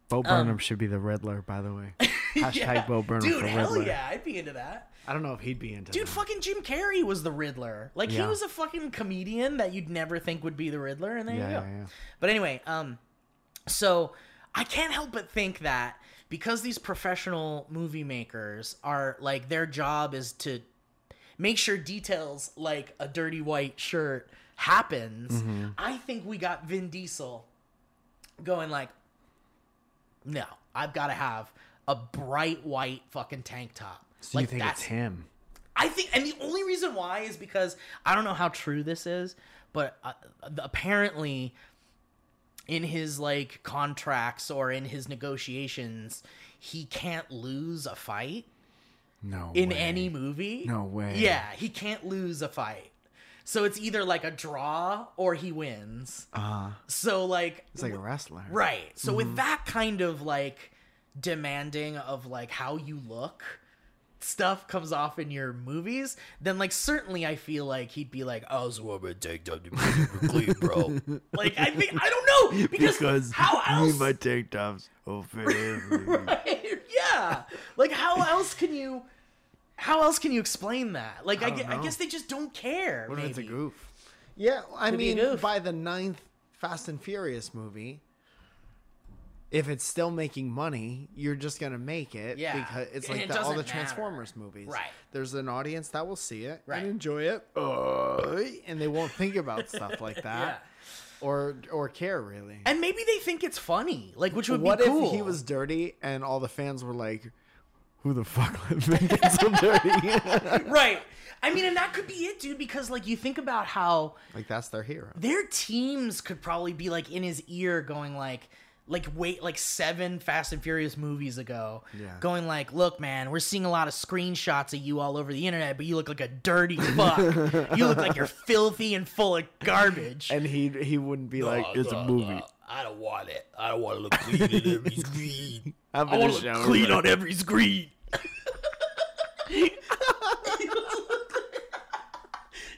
Speaker 3: Bo Burnham should be the Riddler, by the way. Hashtag Bo Burnham
Speaker 4: Um. Dude,
Speaker 3: for
Speaker 4: hell
Speaker 3: Riddler.
Speaker 4: yeah, I'd be into that.
Speaker 3: I don't know if he'd be into
Speaker 4: Dude,
Speaker 3: that.
Speaker 4: fucking Jim Carrey was the Riddler. Like he
Speaker 3: Yeah.
Speaker 4: was a fucking comedian that you'd never think would be the Riddler, and there
Speaker 3: Yeah,
Speaker 4: you go.
Speaker 3: yeah, yeah.
Speaker 4: But anyway, um, so I can't help but think that because these professional movie makers are like their job is to make sure details like a dirty white shirt happens.
Speaker 3: Mm-hmm.
Speaker 4: I think we got Vin Diesel going like, no, I've got to have a bright white fucking tank top.
Speaker 3: So
Speaker 4: like
Speaker 3: you think it's
Speaker 4: that's-
Speaker 3: him?
Speaker 4: I think, and the only reason why is because I don't know how true this is, but uh, apparently, in his like contracts or in his negotiations, he can't lose a fight
Speaker 3: No.
Speaker 4: in
Speaker 3: way.
Speaker 4: any movie.
Speaker 3: No way.
Speaker 4: Yeah, he can't lose a fight. So it's either like a draw or he wins.
Speaker 3: Uh,
Speaker 4: So like
Speaker 3: it's like a wrestler.
Speaker 4: Right. So
Speaker 3: Mm-hmm.
Speaker 4: with that kind of like demanding of like how you look stuff comes off in your movies, then like certainly I feel like he'd be like, "Oh, so I'm gonna take WWE clean, bro." like I think I don't know because,
Speaker 6: Because
Speaker 4: how
Speaker 6: me
Speaker 4: else?
Speaker 6: and my tank tops are forever.
Speaker 4: yeah. Like how else can you? How else can you explain that? Like I,
Speaker 3: don't
Speaker 4: gue- I
Speaker 3: know.
Speaker 4: guess they just don't care.
Speaker 3: What if it's a
Speaker 4: maybe.
Speaker 3: goof? Yeah, I
Speaker 4: be a
Speaker 3: mean,
Speaker 4: goof.
Speaker 3: by the ninth Fast and Furious movie, if it's still making money, you're just gonna make it.
Speaker 4: Yeah.
Speaker 3: because it's
Speaker 4: And
Speaker 3: like
Speaker 4: it
Speaker 3: the, all
Speaker 4: doesn't
Speaker 3: the
Speaker 4: matter.
Speaker 3: Transformers movies.
Speaker 4: Right.
Speaker 3: There's an audience that will see it
Speaker 4: Right.
Speaker 3: and enjoy it, uh, and they won't think about stuff like that or or care really.
Speaker 4: And maybe they think it's funny, like which would
Speaker 3: what
Speaker 4: be cool.
Speaker 3: if he was dirty and all the fans were like, "Who the fuck let Vin Diesel dirty?"
Speaker 4: right? I mean, and that could be it, dude. Because like you think about how
Speaker 3: like that's their hero.
Speaker 4: their teams could probably be like in his ear going like like wait like seven fast and furious movies ago
Speaker 3: Yeah.
Speaker 4: going like look man we're seeing a lot of screenshots of you all over the internet but you look like a dirty fuck you look like you're filthy and full of garbage
Speaker 3: And he he wouldn't be like,
Speaker 6: it's a movie.
Speaker 5: I don't want it. I don't want to look clean in every screen.
Speaker 3: "I'm
Speaker 5: I
Speaker 3: in
Speaker 5: want
Speaker 3: the
Speaker 5: to look
Speaker 3: shower,
Speaker 5: clean on every screen.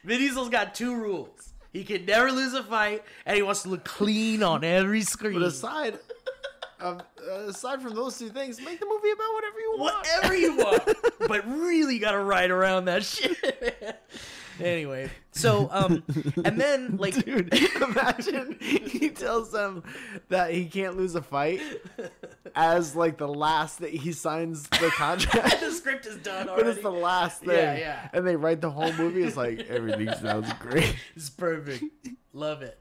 Speaker 4: Vin Diesel's got two rules he can never lose a fight and he wants to look clean on every screen
Speaker 3: But aside, of, uh, aside from those two things, make the movie about whatever you want.
Speaker 4: whatever you want, but really gotta ride around that shit. man. anyway, so um, and then like
Speaker 3: Dude, imagine he tells them that he can't lose a fight as like the last that he signs the contract.
Speaker 4: the script is done
Speaker 3: But
Speaker 4: already.
Speaker 3: it's the last thing.
Speaker 4: Yeah, yeah.
Speaker 3: And they write the whole movie. It's like, everything sounds great.
Speaker 4: It's perfect. Love it.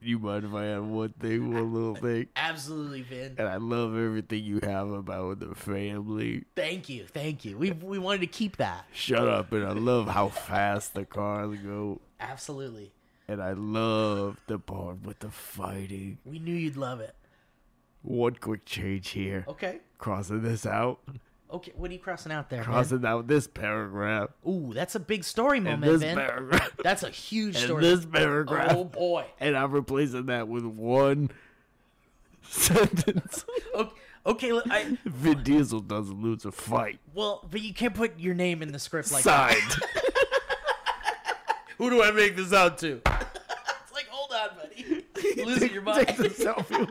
Speaker 6: you mind if I add one thing, one little thing?
Speaker 4: Absolutely, Vin.
Speaker 6: And I love everything you have about the family.
Speaker 4: Thank you, thank you. We we wanted to keep that.
Speaker 6: Shut up. And I love how fast the cars go.
Speaker 4: Absolutely,
Speaker 6: And I love the part with the fighting.
Speaker 4: we knew you'd love it.
Speaker 6: One quick change here.
Speaker 4: Okay,
Speaker 6: Crossing this out.
Speaker 4: okay. What are you crossing out there, man?
Speaker 6: Crossing out this paragraph.
Speaker 4: Ooh, that's a big story
Speaker 6: And
Speaker 4: moment,
Speaker 6: this
Speaker 4: Vin.
Speaker 6: paragraph.
Speaker 4: That's a huge
Speaker 6: And
Speaker 4: story.
Speaker 6: this paragraph.
Speaker 4: oh boy.
Speaker 6: and I'm replacing that with one sentence.
Speaker 4: Okay, okay. look, I,
Speaker 6: Vin Diesel doesn't lose a fight.
Speaker 4: well, but you can't put your name in the script like that.
Speaker 6: Signed.
Speaker 4: Who do I make this out to? it's like, hold on, buddy. You're Losing your mind.
Speaker 6: Takes a selfie.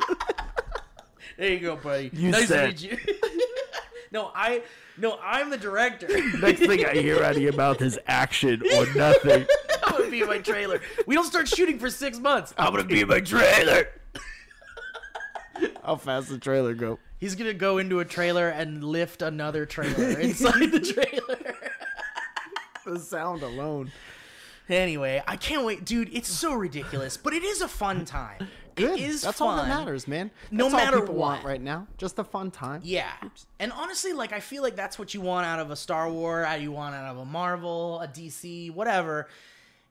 Speaker 4: There you go, buddy.
Speaker 6: You
Speaker 4: nice
Speaker 6: said-
Speaker 4: to meet you. no, I no, I'm the director. that
Speaker 6: Next thing I hear out of your mouth is action or nothing.
Speaker 4: would be my trailer. We don't start shooting for six months.
Speaker 6: I'm gonna be in my trailer. How fast the trailer go?
Speaker 4: He's gonna go into a trailer and lift another trailer inside the trailer.
Speaker 3: The sound alone.
Speaker 4: Anyway, I can't wait, dude. It's so ridiculous, but it is a fun time.
Speaker 3: Good.
Speaker 4: It is
Speaker 3: That's all
Speaker 4: fun.
Speaker 3: that matters, man.
Speaker 4: No
Speaker 3: That's
Speaker 4: matter
Speaker 3: all people want
Speaker 4: what.
Speaker 3: right now. Just a fun time.
Speaker 4: Yeah. And honestly, like I feel like that's what you want out of a Star Wars, how you want out of a Marvel, a DC, whatever.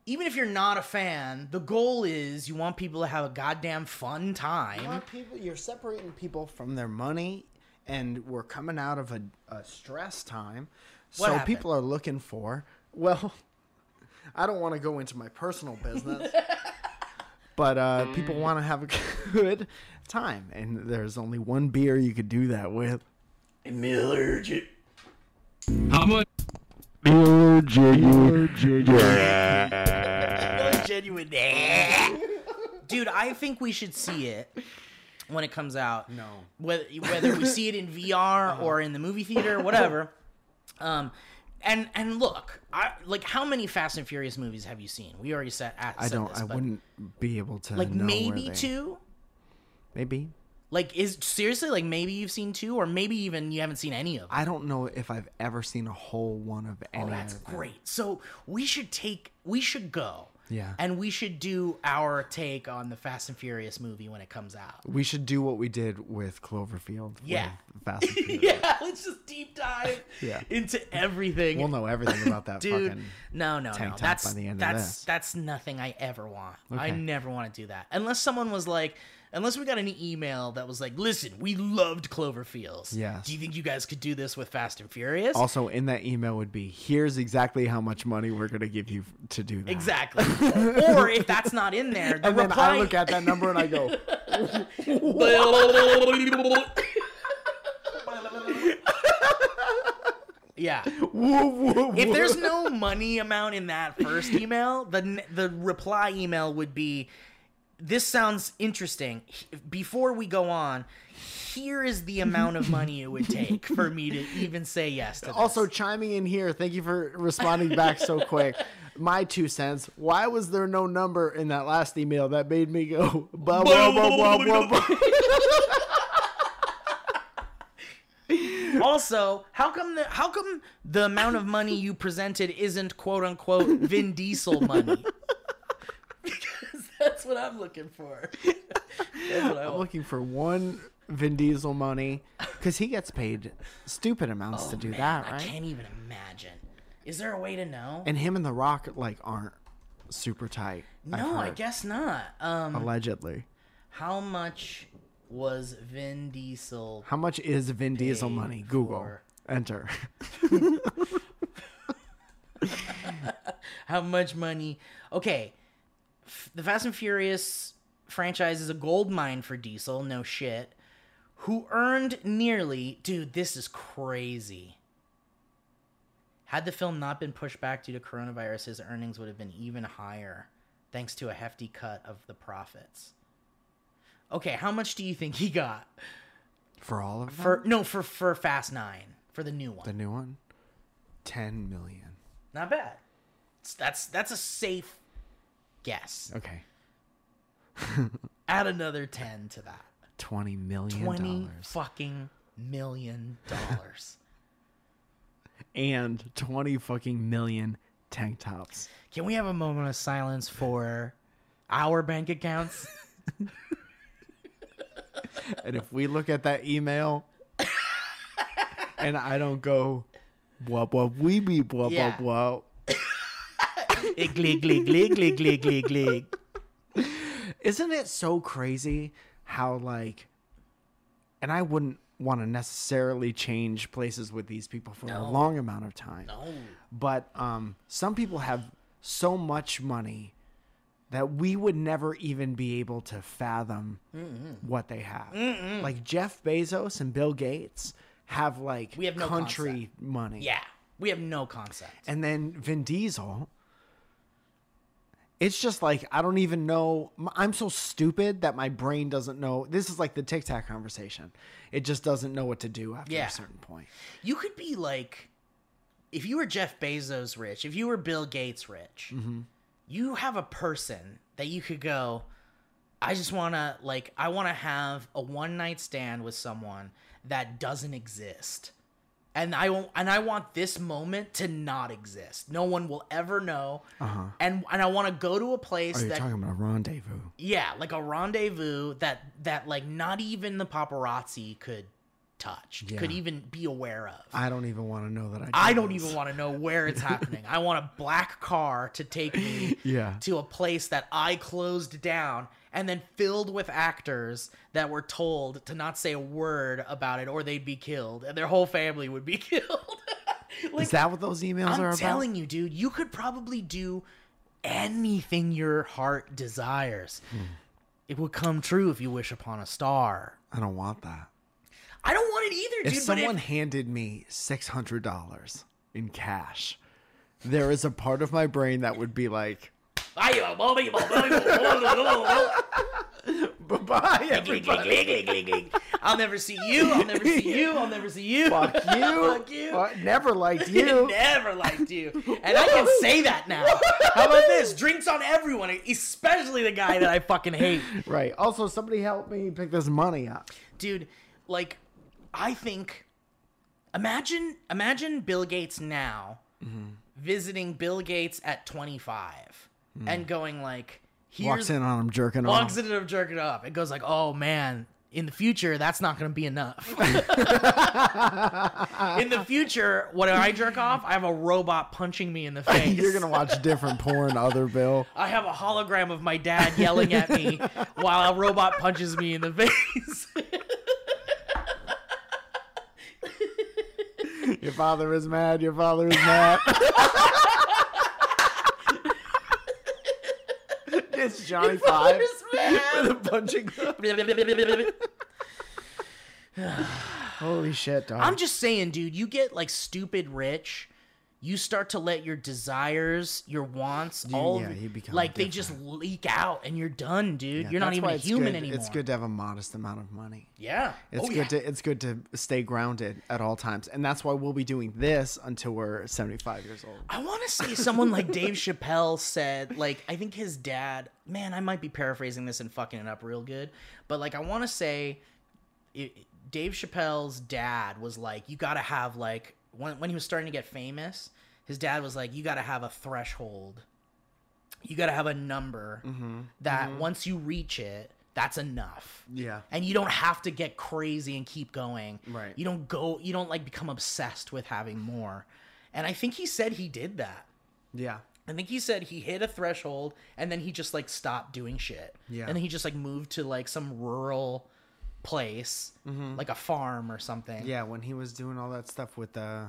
Speaker 4: Even if you're not a fan, the goal is you want people to have a goddamn fun time.
Speaker 3: want people you're separating people from their money and we're coming out of a, a stress time
Speaker 4: What
Speaker 3: so
Speaker 4: happened?
Speaker 3: people are looking for well i don't want to go into my personal business but uh, people want to have a good time and there's only one beer you could do that with
Speaker 4: Genuine. Dude, I think we should see it when it comes out.
Speaker 3: No.
Speaker 4: Whether whether we see it in
Speaker 3: Uh-huh.
Speaker 4: VR or in the movie theater, whatever. Um and and look, I like how many Fast and Furious movies have you seen? We already said at
Speaker 3: I
Speaker 4: said
Speaker 3: don't.
Speaker 4: this,
Speaker 3: I
Speaker 4: but,
Speaker 3: wouldn't be able to.
Speaker 4: like
Speaker 3: know where
Speaker 4: maybe
Speaker 3: they-
Speaker 4: two?
Speaker 3: Maybe.
Speaker 4: Like is seriously like maybe you've seen two or maybe even you haven't seen any of them.
Speaker 3: I don't know if I've ever seen a whole one of any.
Speaker 4: Oh, that's
Speaker 3: of them.
Speaker 4: great. So we should take we should go.
Speaker 3: Yeah.
Speaker 4: And we should do our take on the Fast and Furious movie when it comes out.
Speaker 3: We should do what we did with Cloverfield.
Speaker 4: Yeah.
Speaker 3: with Fast and Furious.
Speaker 4: Yeah, let's just deep dive
Speaker 3: Yeah.
Speaker 4: into everything.
Speaker 3: We'll know everything about that
Speaker 4: Dude,
Speaker 3: fucking.
Speaker 4: no, no,
Speaker 3: tank
Speaker 4: no.
Speaker 3: top
Speaker 4: That's
Speaker 3: by the end of
Speaker 4: that's
Speaker 3: this.
Speaker 4: that's nothing I ever want. I
Speaker 3: Okay.
Speaker 4: never want to do that unless someone was like, unless we got an email that was like, "Listen, we loved Cloverfields.
Speaker 3: Yes.
Speaker 4: Do you think you guys could do this with Fast and Furious?
Speaker 3: Also, in that email would be here's exactly how much money we're going to give you f- to do that.
Speaker 4: Exactly. or if that's not in there, the
Speaker 3: And then
Speaker 4: reply,
Speaker 3: I look at that number and I go,
Speaker 4: yeah.
Speaker 3: woo, woo,
Speaker 4: If
Speaker 3: woo.
Speaker 4: there's no money amount in that first email, the n- the reply email would be this sounds interesting. H- Before we go on, here is the amount of money it would take for me to even say yes to this.
Speaker 3: Also, chiming in here, thank you for responding back so quick. My two cents. Why was there no number in that last email that made me go, blah, blah, blah, blah, blah, blah.
Speaker 4: Also, how come the how come the amount of money you presented isn't quote unquote Vin Diesel money? because that's what I'm looking for. That's what I
Speaker 3: I'm
Speaker 4: want.
Speaker 3: looking for one Vin Diesel money because he gets paid stupid amounts to do that,
Speaker 4: Oh, I
Speaker 3: right?
Speaker 4: can't even imagine. Is there a way to know?
Speaker 3: And him and The Rock, like, aren't super tight. I've
Speaker 4: no, I
Speaker 3: heard,
Speaker 4: guess not. Um,
Speaker 3: Allegedly.
Speaker 4: how much was Vin Diesel?
Speaker 3: How much is Vin Diesel
Speaker 4: Paid
Speaker 3: money? Google.
Speaker 4: for-
Speaker 3: Enter.
Speaker 4: How much money? Okay, F- the Fast and Furious franchise is a gold mine for Diesel. No shit. Who earned nearly? Dude, this is crazy. Had the film not been pushed back due to coronavirus, his earnings would have been even higher, thanks to a hefty cut of the profits. Okay, how much do you think he got?
Speaker 3: For all of them?
Speaker 4: For no, for for Fast Nine, for the new one.
Speaker 3: the new one? 10 million.
Speaker 4: Not bad. It's- That's that's a safe guess.
Speaker 3: Okay.
Speaker 4: Add another ten to that.
Speaker 3: 20 million
Speaker 4: Twenty
Speaker 3: dollars.
Speaker 4: fucking million dollars.
Speaker 3: and 20 fucking million tank tops.
Speaker 4: Can we have a moment of silence for our bank accounts?
Speaker 3: And if we look at that email and I don't go, wub wub wee bee wub
Speaker 4: Yeah.
Speaker 3: wub wub,
Speaker 4: glig glig glig glig glig glig glig.
Speaker 3: isn't it so crazy how like and i wouldn't want to necessarily change places with these people for a long amount of time but um some people have so much money that we would never even be able to fathom what they have like jeff bezos and bill gates have like
Speaker 4: We have no
Speaker 3: country money
Speaker 4: Yeah, we have no concept.
Speaker 3: and then Vin Diesel. It's just like I don't even know. m- I'm so stupid that my brain doesn't know. This is like the Tic Tac conversation. It just doesn't know what to do after
Speaker 4: Yeah.
Speaker 3: a certain point.
Speaker 4: You could be like, if you were Jeff Bezos rich, if you were Bill Gates rich,
Speaker 3: Mm-hmm.
Speaker 4: you have a person that you could go, I just want to, like, I want to have a one night stand with someone that doesn't exist. And I won't, and I want this moment to not exist. No one will ever know. Uh-huh. And and I want to go to a place
Speaker 3: Are you
Speaker 4: that
Speaker 3: Oh, talking about a rendezvous?
Speaker 4: yeah, like a rendezvous that that like not even the paparazzi could touch, could even be aware of.
Speaker 3: I don't even want to know that I.
Speaker 4: I
Speaker 3: did
Speaker 4: don't
Speaker 3: this.
Speaker 4: even want to know where it's happening. I want a black car to take me
Speaker 3: Yeah.
Speaker 4: to a place that I closed down and then filled with actors that were told to not say a word about it or they'd be killed and their whole family would be killed. like
Speaker 3: Is that what those emails are
Speaker 4: I'm
Speaker 3: about?
Speaker 4: telling you, dude, you could probably do anything your heart desires. It would come true if you wish upon a star.
Speaker 3: I don't want that.
Speaker 4: I don't want it either,
Speaker 3: If
Speaker 4: dude,
Speaker 3: someone
Speaker 4: but if,
Speaker 3: handed me six hundred dollars in cash, there is a part of my brain that would be like, Bye bye,
Speaker 4: Gling,
Speaker 3: everybody.
Speaker 4: gling, gling, gling, gling, gling. I'll never see you. I'll never see you. I'll never see you.
Speaker 3: Fuck you.
Speaker 4: Fuck you.
Speaker 3: Fuck- never liked
Speaker 4: I
Speaker 3: you.
Speaker 4: never liked you. And I can say that now. How about this? Drinks on everyone, especially the guy that I fucking hate.
Speaker 3: right. Also, somebody help me pick this money up.
Speaker 4: Dude, like, I think imagine imagine Bill Gates now
Speaker 3: Mm-hmm.
Speaker 4: visiting Bill Gates at 25 and going like here's
Speaker 3: Mm. Walks in on him jerking off.
Speaker 4: logs it up, jerk it up. It goes like, oh man, in the future, that's not going to be enough. in the future, when I jerk off, I have a robot punching me in the face.
Speaker 3: You're gonna watch different porn, other Bill.
Speaker 4: I have a hologram of my dad yelling at me while a robot punches me in the face.
Speaker 3: Your father is mad. Your father is mad. it's Johnny Five with a punching. glove. Holy shit, dog!
Speaker 4: I'm just saying, dude, you get like stupid rich, you start to let your desires, your wants, all
Speaker 3: yeah, you become
Speaker 4: like they just leak out and you're done, dude. you're not
Speaker 3: That's
Speaker 4: even
Speaker 3: why
Speaker 4: a
Speaker 3: it's
Speaker 4: human
Speaker 3: good-
Speaker 4: anymore.
Speaker 3: It's good to have a modest amount of money.
Speaker 4: Yeah.
Speaker 3: It's
Speaker 4: Oh,
Speaker 3: good
Speaker 4: yeah.
Speaker 3: to it's good to stay grounded at all times, and that's why we'll be doing this until we're seventy five years old.
Speaker 4: I want to say someone like Dave Chappelle said, like, I think his dad, man, I might be paraphrasing this and fucking it up real good, but like, I want to say it, Dave Chappelle's dad was like, you got to have, like, when, when he was starting to get famous, his dad was like, you got to have a threshold. You got to have a number that once you reach it, that's enough.
Speaker 3: Yeah.
Speaker 4: And you don't have to get crazy and keep going.
Speaker 3: Right.
Speaker 4: You don't go, you don't like become obsessed with having more. And I think he said he did that.
Speaker 3: Yeah.
Speaker 4: I think he said he hit a threshold and then he just like stopped doing shit.
Speaker 3: Yeah.
Speaker 4: And then he just like moved to like some rural place, like a farm or something.
Speaker 3: Mm-hmm. Yeah, when he was doing all that stuff with uh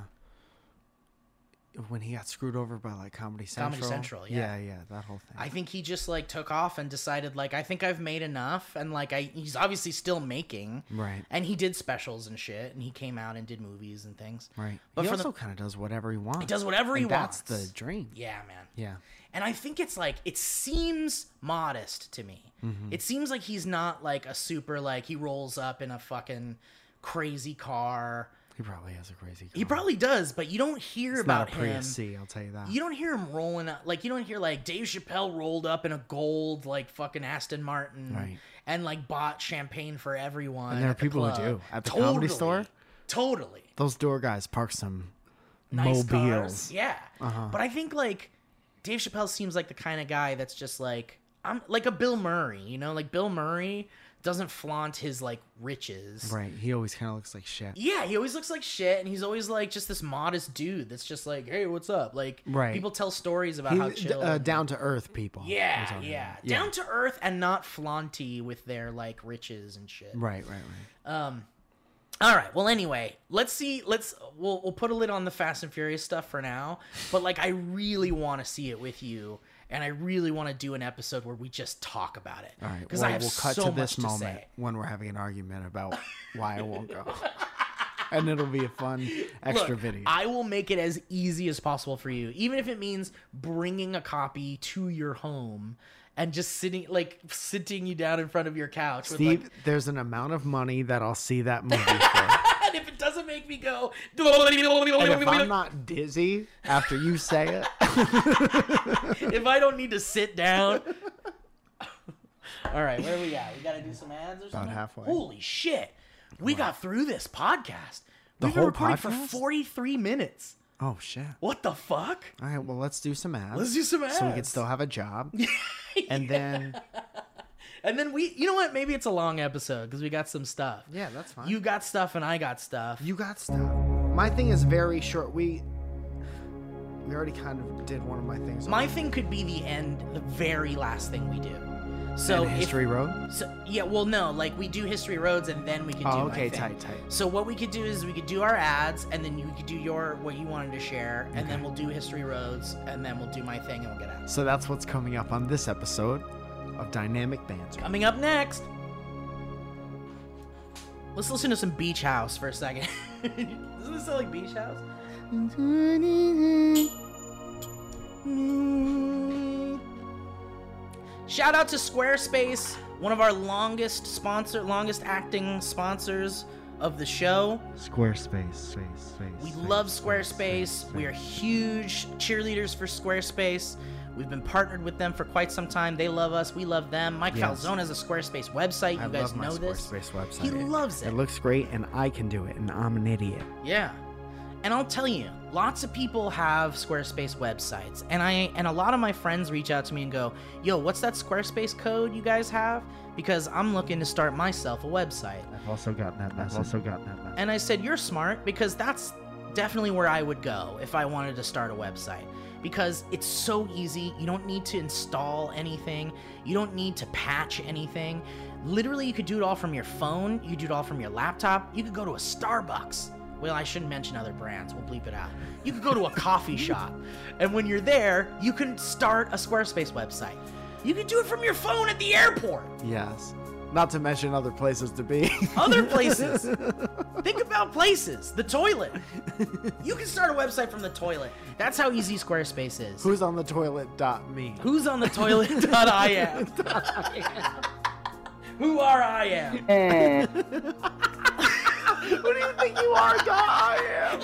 Speaker 3: when he got screwed over by like Comedy Central.
Speaker 4: Comedy Central, yeah.
Speaker 3: yeah, that whole thing.
Speaker 4: I think he just like took off and decided like I think I've made enough and like I he's obviously still making.
Speaker 3: Right.
Speaker 4: And he did specials and shit and he came out and did movies and things.
Speaker 3: right.
Speaker 4: But
Speaker 3: he
Speaker 4: for the-
Speaker 3: also kind of does whatever he wants. He
Speaker 4: does whatever he
Speaker 3: That's
Speaker 4: wants.
Speaker 3: the dream.
Speaker 4: Yeah, man.
Speaker 3: Yeah.
Speaker 4: And I think it's like it seems modest to me.
Speaker 3: Mm-hmm.
Speaker 4: It seems like he's not like a super like he rolls up in a fucking crazy car.
Speaker 3: He probably has a crazy. Car.
Speaker 4: He probably does, but you don't hear
Speaker 3: Mm-hmm. it's
Speaker 4: about
Speaker 3: not a Prius
Speaker 4: him.
Speaker 3: C, I'll tell you that.
Speaker 4: You don't hear him rolling up like you don't hear like Dave Chappelle rolled up in a gold like fucking Aston Martin
Speaker 3: Right.
Speaker 4: and like bought champagne for everyone.
Speaker 3: And there are
Speaker 4: at the
Speaker 3: people who
Speaker 4: club.
Speaker 3: do. At the comedy store?
Speaker 4: Totally
Speaker 3: Those door guys park some
Speaker 4: nice
Speaker 3: mobiles.
Speaker 4: cars. Yeah.
Speaker 3: Uh-huh.
Speaker 4: But I think like Dave Chappelle seems like the kind of guy that's just like I'm like a Bill Murray, you know, like Bill Murray doesn't flaunt his like riches.
Speaker 3: Right. He always kind of looks like shit.
Speaker 4: Yeah, he always looks like shit and he's always like just this modest dude that's just like, "Hey, what's up?" Like
Speaker 3: Right.
Speaker 4: people tell stories about
Speaker 3: He,
Speaker 4: how
Speaker 3: d-
Speaker 4: chill
Speaker 3: uh,
Speaker 4: and-
Speaker 3: down to earth people. I'm
Speaker 4: yeah,
Speaker 3: talking
Speaker 4: yeah,
Speaker 3: about.
Speaker 4: down to earth and not flaunty with their like riches and shit.
Speaker 3: Right, right, right.
Speaker 4: All right. Well, anyway, let's see. Let's we'll we'll put a lid on the Fast and Furious stuff for now. But like, I really want to see it with you, and I really want to do an episode where we just talk about it.
Speaker 3: All right.
Speaker 4: Because
Speaker 3: well,
Speaker 4: I have
Speaker 3: we'll cut
Speaker 4: so
Speaker 3: to this
Speaker 4: much
Speaker 3: moment
Speaker 4: to say.
Speaker 3: when we're having an argument about why I won't go. and it'll be a fun extra
Speaker 4: Look,
Speaker 3: video.
Speaker 4: I will make it as easy as possible for you, even if it means bringing a copy to your home and just sitting like sitting you down in front of your couch. with, like,
Speaker 3: Steve, there's an amount of money that I'll see that movie for.
Speaker 4: and if it doesn't make me go,
Speaker 3: and if I'm not dizzy after you say it,
Speaker 4: if I don't need to sit down. All right, where are we at? We got to do some ads or something.
Speaker 3: halfway.
Speaker 4: Holy shit, we got through this podcast. The We've
Speaker 3: whole
Speaker 4: been recording for
Speaker 3: podcast?
Speaker 4: forty-three minutes.
Speaker 3: oh shit.
Speaker 4: What the fuck?
Speaker 3: All right, well let's do some ads.
Speaker 4: Let's do some ads.
Speaker 3: So we can still have a job. And then
Speaker 4: And then we, you know what? Maybe it's a long episode because we got some stuff.
Speaker 3: yeah, that's fine.
Speaker 4: You got stuff and I got stuff.
Speaker 3: you got stuff. My thing is very short. We we already kind of did one of my things.
Speaker 4: My thing could be the end, the very last thing we do. So
Speaker 3: on
Speaker 4: if-
Speaker 3: history road.
Speaker 4: So, yeah, well, no, like we do history roads and then we can do.
Speaker 3: Oh,
Speaker 4: my
Speaker 3: okay,
Speaker 4: thing.
Speaker 3: tight, tight.
Speaker 4: So what we could do is we could do our ads and then you could do your what you wanted to share and then we'll do history roads and then we'll do my thing and we'll get out.
Speaker 3: So that's what's coming up on this episode of Dynamic Banter.
Speaker 4: Coming up next, let's listen to some Beach House for a second. Doesn't this sound like Beach House? Shout out to Squarespace, one of our longest sponsor, longest acting sponsors of the show.
Speaker 7: Squarespace, space, space.
Speaker 4: We love Squarespace. We are huge cheerleaders for Squarespace. We've been partnered with them for quite some time. They love us. We love them. Mike Falzone has a Squarespace website. You
Speaker 3: I
Speaker 4: guys
Speaker 3: love my
Speaker 4: know this.
Speaker 3: Squarespace website.
Speaker 4: He loves it.
Speaker 3: It looks great, and I can do it, and I'm an idiot.
Speaker 4: Yeah. And I'll tell you, lots of people have Squarespace websites. And I and a lot of my friends reach out to me and go, "Yo, what's that Squarespace code you guys have?" because I'm looking to start myself a website.
Speaker 7: I've also gotten that message. also gotten that message.
Speaker 4: And I said, You're smart because that's definitely where I would go if I wanted to start a website because it's so easy. You don't need to install anything, you don't need to patch anything. Literally, you could do it all from your phone, you could do it all from your laptop, you could go to a Starbucks. Well, I shouldn't mention other brands. We'll bleep it out. You could go to a coffee shop, and when you're there, you can start a Squarespace website. You could do it from your phone at the airport.
Speaker 3: Yes. Not to mention other places to be.
Speaker 4: Other places. Think about places. The toilet. You can start a website from the toilet. That's how easy Squarespace is.
Speaker 3: Who's on the toilet? Dot me.
Speaker 4: Who's on the toilet? Dot I am. Who are I am?
Speaker 3: Who do you think you are, guy?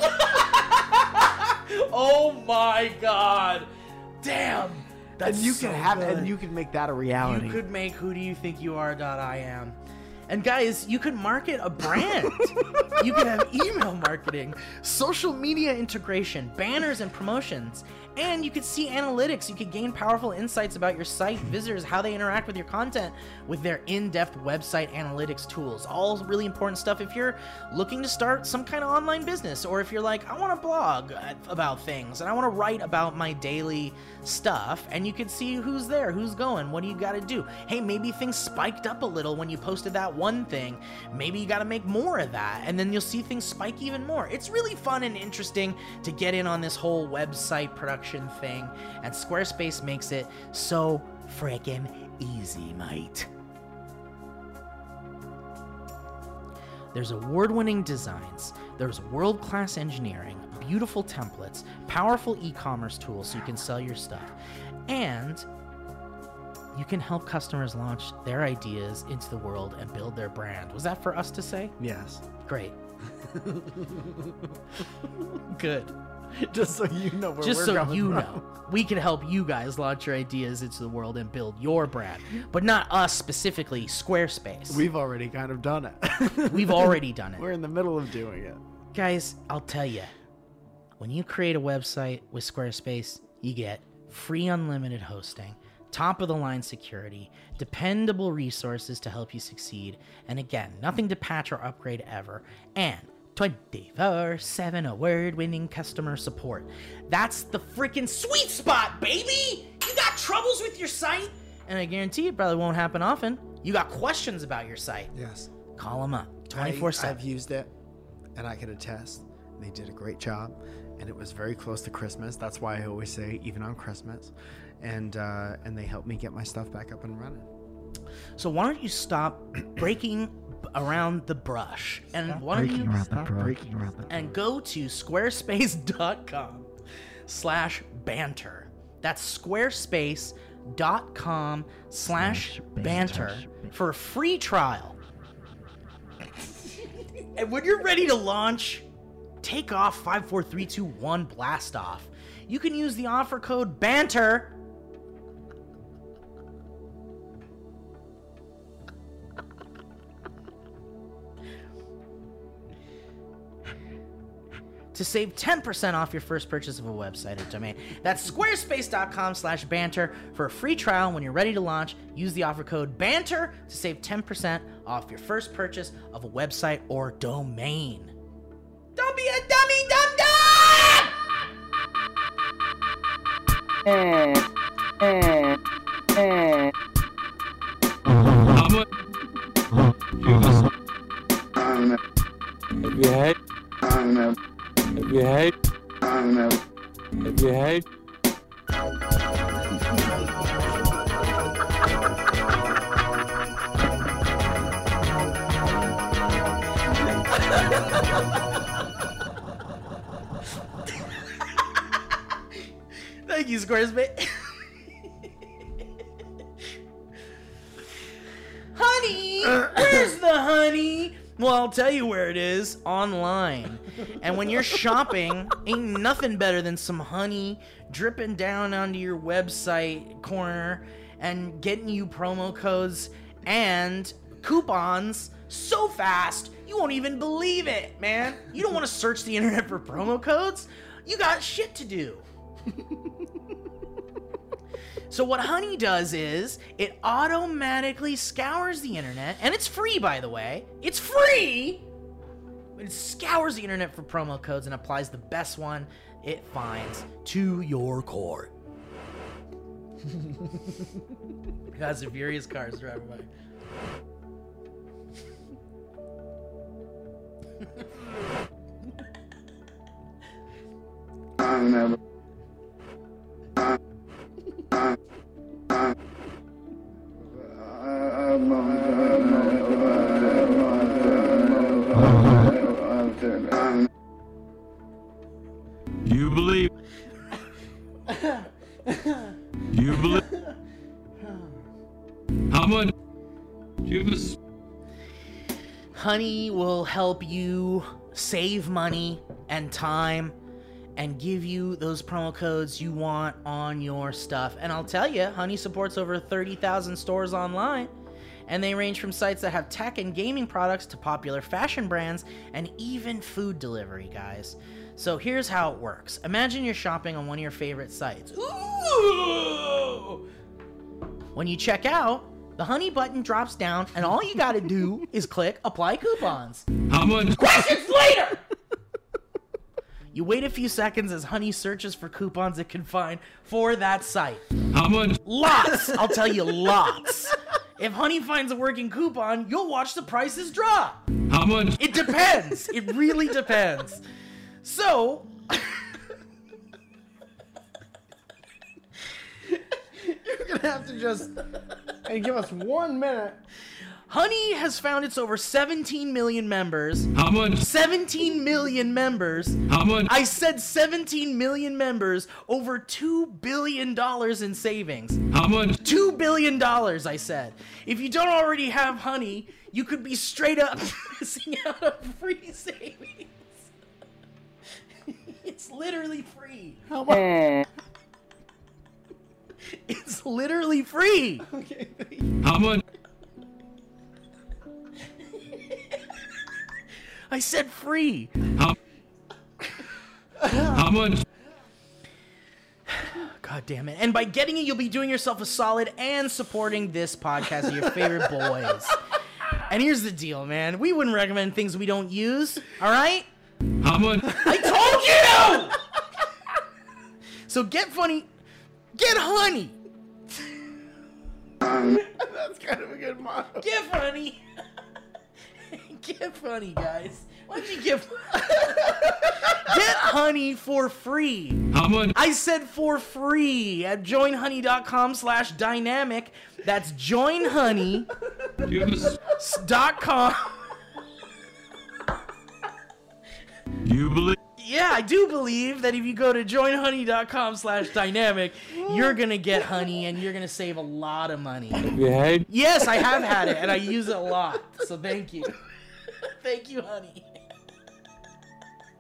Speaker 4: Oh my god. Damn.
Speaker 3: and
Speaker 4: That's
Speaker 3: you can
Speaker 4: so
Speaker 3: have
Speaker 4: good.
Speaker 3: and you can make that a reality.
Speaker 4: You could make who do you think you are dot I am. And guys, you could market a brand. you could have email marketing, social media integration, banners and promotions, and you could see analytics. You could gain powerful insights about your site, visitors, how they interact with your content with their in-depth website analytics tools. All really important stuff if you're looking to start some kind of online business or if you're like, I want to blog uh, about things and I want to write about my daily stuff and you can see who's there, who's going, what do you got to do? Hey, maybe things spiked up a little when you posted that one thing. Maybe you got to make more of that and then you'll see things spike even more. It's really fun and interesting to get in on this whole website production thing and Squarespace makes it so freaking easy, mate. There's award winning designs, there's world class engineering, beautiful templates, powerful e commerce tools so you can sell your stuff, and you can help customers launch their ideas into the world and build their brand. Was that for us to say?
Speaker 3: yes.
Speaker 4: Great. Good.
Speaker 3: Just so you know where
Speaker 4: Just
Speaker 3: we're
Speaker 4: so
Speaker 3: going
Speaker 4: you
Speaker 3: from.
Speaker 4: know, we can help you guys launch your ideas into the world and build your brand, but not us specifically, Squarespace.
Speaker 3: We've already kind of done it.
Speaker 4: We've already done it.
Speaker 3: we're in the middle of doing it.
Speaker 4: Guys, I'll tell you. When you create a website with Squarespace, you get free unlimited hosting, top of the line security, dependable resources to help you succeed, and again, nothing to patch or upgrade ever, and 24 7 award winning customer support. That's the freaking sweet spot, baby! You got troubles with your site? And I guarantee it probably won't happen often. You got questions about your site?
Speaker 3: Yes.
Speaker 4: Call them up 24
Speaker 3: I, I've
Speaker 4: 7.
Speaker 3: used it, and I can attest. They did a great job, and it was very close to Christmas. That's why I always say, even on Christmas, and uh, and they helped me get my stuff back up and running.
Speaker 4: So why don't you stop breaking around the brush and why don't you
Speaker 7: Stop breaking around the
Speaker 4: and go to squarespace.com slash banter. That's squarespace.com slash banter for a free trial. and when you're ready to launch, take off 54321 blast off. You can use the offer code banter to save 10% off your first purchase of a website or domain. That's squarespace.com slash banter for a free trial. When you're ready to launch, use the offer code banter to save 10% off your first purchase of a website or domain. Don't be a dummy dum dum! Thank you, Squarespace. honey? Where's the honey? Well, I'll tell you where it is online. And when you're shopping, ain't nothing better than some honey dripping down onto your website corner and getting you promo codes and coupons so fast you won't even believe it, man. You don't want to search the internet for promo codes, you got shit to do. So what Honey does is it automatically scours the internet, and it's free, by the way. It's free. It scours the internet for promo codes and applies the best one it finds to your core. Got some furious cars for everybody.
Speaker 2: You believe. you believe. How much? You bes-
Speaker 4: Honey will help you save money and time and give you those promo codes you want on your stuff. And I'll tell you, Honey supports over 30,000 stores online. And they range from sites that have tech and gaming products to popular fashion brands and even food delivery, guys. So here's how it works Imagine you're shopping on one of your favorite sites. Ooh! When you check out, the honey button drops down, and all you gotta do is click apply coupons.
Speaker 2: How much?
Speaker 4: Questions later! you wait a few seconds as honey searches for coupons it can find for that site.
Speaker 2: How much?
Speaker 4: Lots! I'll tell you, lots. If honey finds a working coupon, you'll watch the prices drop.
Speaker 2: How much?
Speaker 4: It depends. it really depends. So.
Speaker 3: You're gonna have to just and give us one minute.
Speaker 4: Honey has found its over 17 million members.
Speaker 2: How much?
Speaker 4: 17 million members.
Speaker 2: How much?
Speaker 4: I said 17 million members, over $2 billion in savings.
Speaker 2: How much?
Speaker 4: $2 billion, I said. If you don't already have honey, you could be straight up missing out on free savings. it's literally free.
Speaker 3: How much?
Speaker 4: It's literally free.
Speaker 2: How much?
Speaker 4: I said free.
Speaker 2: How, how much?
Speaker 4: God damn it. And by getting it, you'll be doing yourself a solid and supporting this podcast of your favorite boys. And here's the deal, man. We wouldn't recommend things we don't use, all right?
Speaker 2: How much?
Speaker 4: I told you! so get funny. Get honey.
Speaker 3: That's kind of a good motto.
Speaker 4: Get funny. get funny, guys. Why'd you give. get honey for free.
Speaker 2: How much?
Speaker 4: I said for free at joinhoney.com slash dynamic. That's joinhoney.com.
Speaker 2: You bes- You believe.
Speaker 4: Yeah, I do believe that if you go to joinhoney.com slash dynamic, you're going to get honey and you're going to save a lot of money.
Speaker 2: Yeah.
Speaker 4: Yes, I have had it and I use it a lot. So thank you. thank you, honey.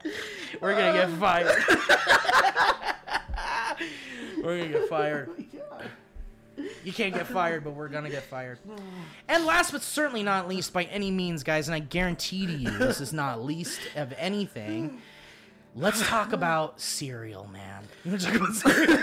Speaker 4: Um. We're going to get fired. we're going to get fired. You can't get fired, but we're gonna get fired. And last but certainly not least, by any means, guys, and I guarantee to you, this is not least of anything. Let's talk about cereal, man. You wanna talk about cereal?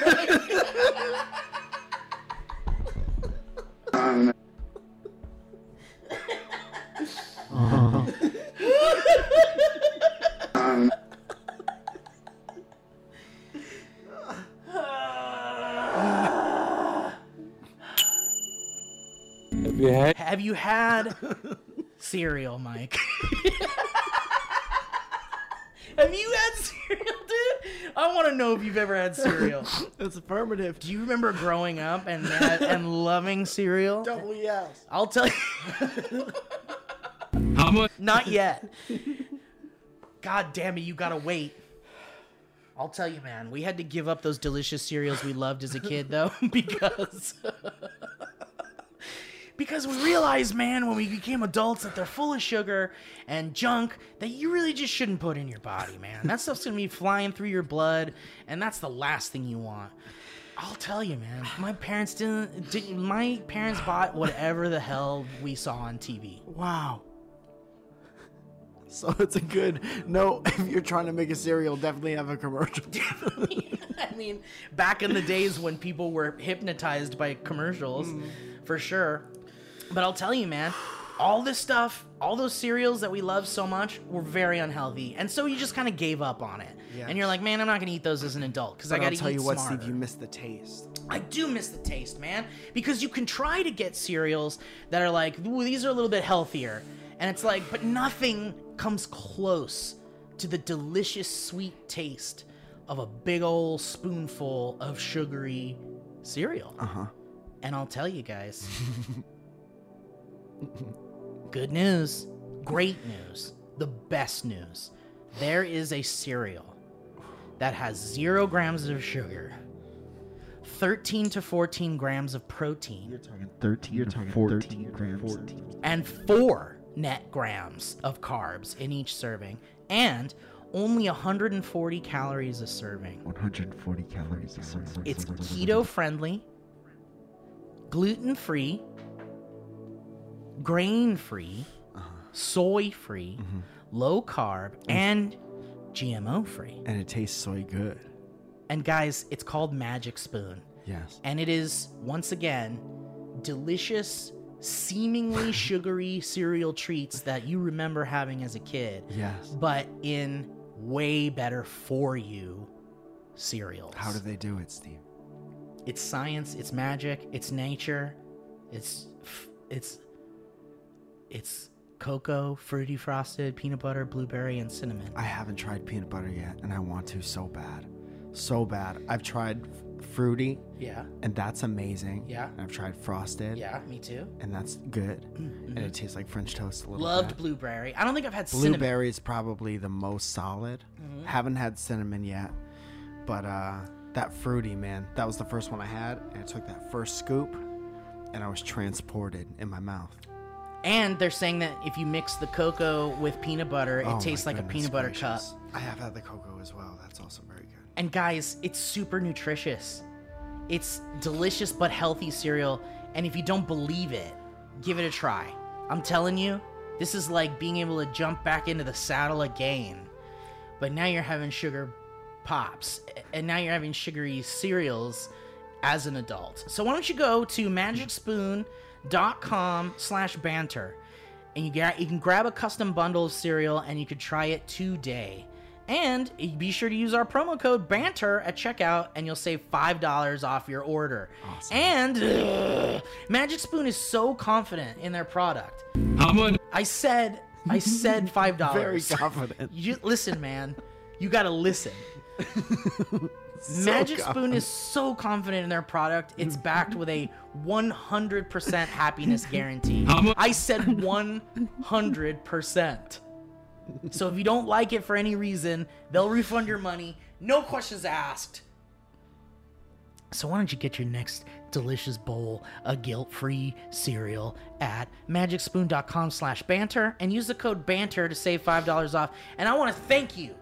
Speaker 4: Have you had cereal, Mike? Have you had cereal, dude? I want to know if you've ever had cereal.
Speaker 3: It's affirmative.
Speaker 4: Do you remember growing up and and loving cereal?
Speaker 3: Double yes.
Speaker 4: I'll tell you,
Speaker 2: How much?
Speaker 4: not yet. God damn it, you gotta wait. I'll tell you, man, we had to give up those delicious cereals we loved as a kid, though, because because we realized, man, when we became adults, that they're full of sugar and junk that you really just shouldn't put in your body, man. That stuff's gonna be flying through your blood, and that's the last thing you want. I'll tell you, man. My parents didn't. didn't my parents bought whatever the hell we saw on TV.
Speaker 3: Wow. So it's a good no. If you're trying to make a cereal, definitely have a commercial.
Speaker 4: I mean, back in the days when people were hypnotized by commercials,
Speaker 3: Hmm.
Speaker 4: for sure. But I'll tell you, man, all this stuff, all those cereals that we love so much were very unhealthy. And so you just kind of gave up on it. And you're like, man, I'm not going to eat those as an adult because I
Speaker 3: But
Speaker 4: got
Speaker 3: I'll
Speaker 4: to
Speaker 3: tell
Speaker 4: eat
Speaker 3: you what,
Speaker 4: smarter.
Speaker 3: Steve, you missed the taste.
Speaker 4: I do miss the taste, man, because you can try to get cereals that are like, ooh, these are a little bit healthier. And it's like, but nothing comes close to the delicious, sweet taste of a big old spoonful of sugary cereal. Uh huh. And I'll tell you guys good news, great news, the best news. There is a cereal that has zero grams of sugar. 13 to 14 grams of protein
Speaker 7: talking 13 you're talking 14, 13 grams 14
Speaker 4: and 4 net grams of carbs in each serving and only 140 calories a serving.
Speaker 7: 140 calories a serving.
Speaker 4: It's keto friendly, gluten free, grain free, soy free, low carb, and GMO free.
Speaker 3: And it tastes so good.
Speaker 4: And guys, it's called Magic Spoon.
Speaker 3: Yes.
Speaker 4: And it is, once again, delicious, seemingly sugary cereal treats that you remember having as a kid,
Speaker 3: Yes.
Speaker 4: but in way better for you cereals.
Speaker 3: How do they do it, Steve?
Speaker 4: It's science, it's magic, it's nature, it's. f- it's. it's cocoa, fruity frosted, peanut butter, blueberry, and cinnamon.
Speaker 3: I haven't tried peanut butter yet, and I want to so bad. So bad. I've tried f- fruity,
Speaker 4: Yeah,
Speaker 3: and that's amazing.
Speaker 4: Yeah.
Speaker 3: And I've tried frosted.
Speaker 4: yeah, me too.
Speaker 3: And that's good. And it tastes like French toast a little
Speaker 4: Mm-hmm. Loved
Speaker 3: bit.
Speaker 4: blueberry. I don't think I've had cinnamon.
Speaker 3: Blueberry is probably the most solid. Haven't had cinnamon yet, but uh, that fruity man, that was the first one I had, and I took that first scoop, and I was transported in my mouth.
Speaker 4: And they're saying that if you mix the cocoa with peanut butter, it
Speaker 3: Oh my
Speaker 4: tastes like a
Speaker 3: goodness
Speaker 4: peanut butter
Speaker 3: gracious.
Speaker 4: cup.
Speaker 3: I have had the cocoa as well. That's also very good.
Speaker 4: And guys, it's super nutritious. It's delicious but healthy cereal. And if you don't believe it, give it a try. I'm telling you, this is like being able to jump back into the saddle again. But now you're having sugar pops, and now you're having sugary cereals as an adult. So why don't you go to magicspoon.com slash banter and you get you can grab a custom bundle of cereal and you could try it today. And be sure to use our promo code banter at checkout and you'll save $5 off your order. And ugh, Magic Spoon is so confident in their product.
Speaker 2: How much?
Speaker 4: I said I said $5.
Speaker 3: Very confident.
Speaker 4: You listen, man. You gotta listen. Magic Spoon is so confident in their product, it's backed with a 100% happiness guarantee.
Speaker 2: How mu-
Speaker 4: I said 100%. So if you don't like it for any reason, they'll refund your money, no questions asked. So why don't you get your next delicious bowl of guilt-free cereal at magicspoon.com slash banter and use the code banter to save $5 off. And I want to thank you,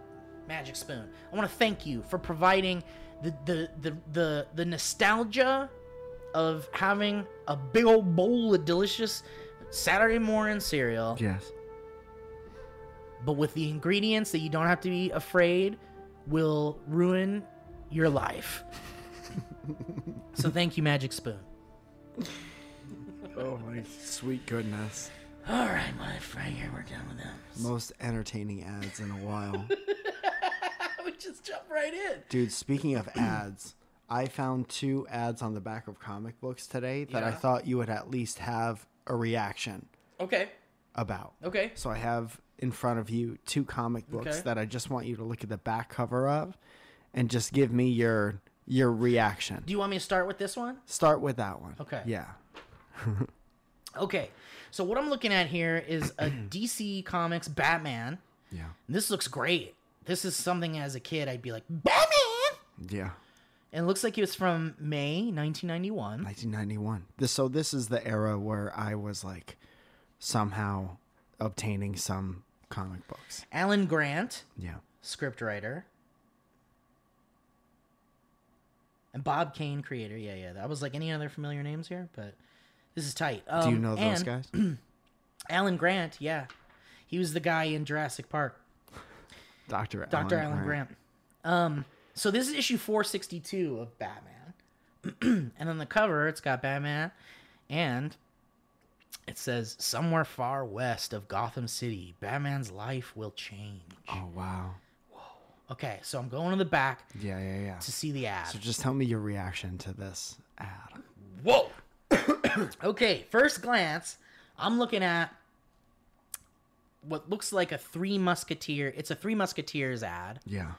Speaker 4: Magic Spoon. I want to thank you for providing the the the the, the nostalgia of having a big old bowl of delicious Saturday morning cereal
Speaker 3: Yes.
Speaker 4: but with the ingredients that you don't have to be afraid will ruin your life. so thank you, Magic Spoon.
Speaker 3: Oh my sweet goodness.
Speaker 4: All right, my friend, here we're done with them.
Speaker 3: Most entertaining ads in a while.
Speaker 4: I would just jump right in.
Speaker 3: Dude, speaking of ads, I found two ads on the back of comic books today that I
Speaker 4: Yeah.
Speaker 3: thought you would at least have a reaction
Speaker 4: Okay,
Speaker 3: about.
Speaker 4: okay.
Speaker 3: So I have in front of you two comic books
Speaker 4: Okay.
Speaker 3: that I just want you to look at the back cover of and just give me your your reaction.
Speaker 4: Do you want me to start with this one?
Speaker 3: Start with that one.
Speaker 4: Okay.
Speaker 3: Yeah.
Speaker 4: Okay, so what I'm looking at here is a DC Comics Batman.
Speaker 3: Yeah.
Speaker 4: This looks great. This is something as a kid I'd be like, Batman!
Speaker 3: Yeah.
Speaker 4: And it looks like it was from May 1991.
Speaker 3: 1991. This, so this is the era where I was like somehow obtaining some comic books.
Speaker 4: Alan Grant,
Speaker 3: Yeah.
Speaker 4: scriptwriter. And Bob Kane, creator. Yeah, yeah. That was like any other familiar names here, but this is tight. Um,
Speaker 3: Do you know those
Speaker 4: and
Speaker 3: guys?
Speaker 4: Alan Grant, yeah. He was the guy in Jurassic Park.
Speaker 3: Dr.
Speaker 4: Dr. Alan, Grant. Um, so this is issue 462 of Batman. and on the cover, it's got Batman and it says, Somewhere far west of Gotham City, Batman's life will change.
Speaker 3: Oh wow.
Speaker 4: Okay, so I'm going to the back
Speaker 3: Yeah, yeah, yeah.
Speaker 4: to see the ad.
Speaker 3: So just tell me your reaction to this ad.
Speaker 4: Whoa! okay, first glance, I'm looking at what looks like a Three Musketeer. It's a Three Musketeers ad.
Speaker 3: Yeah.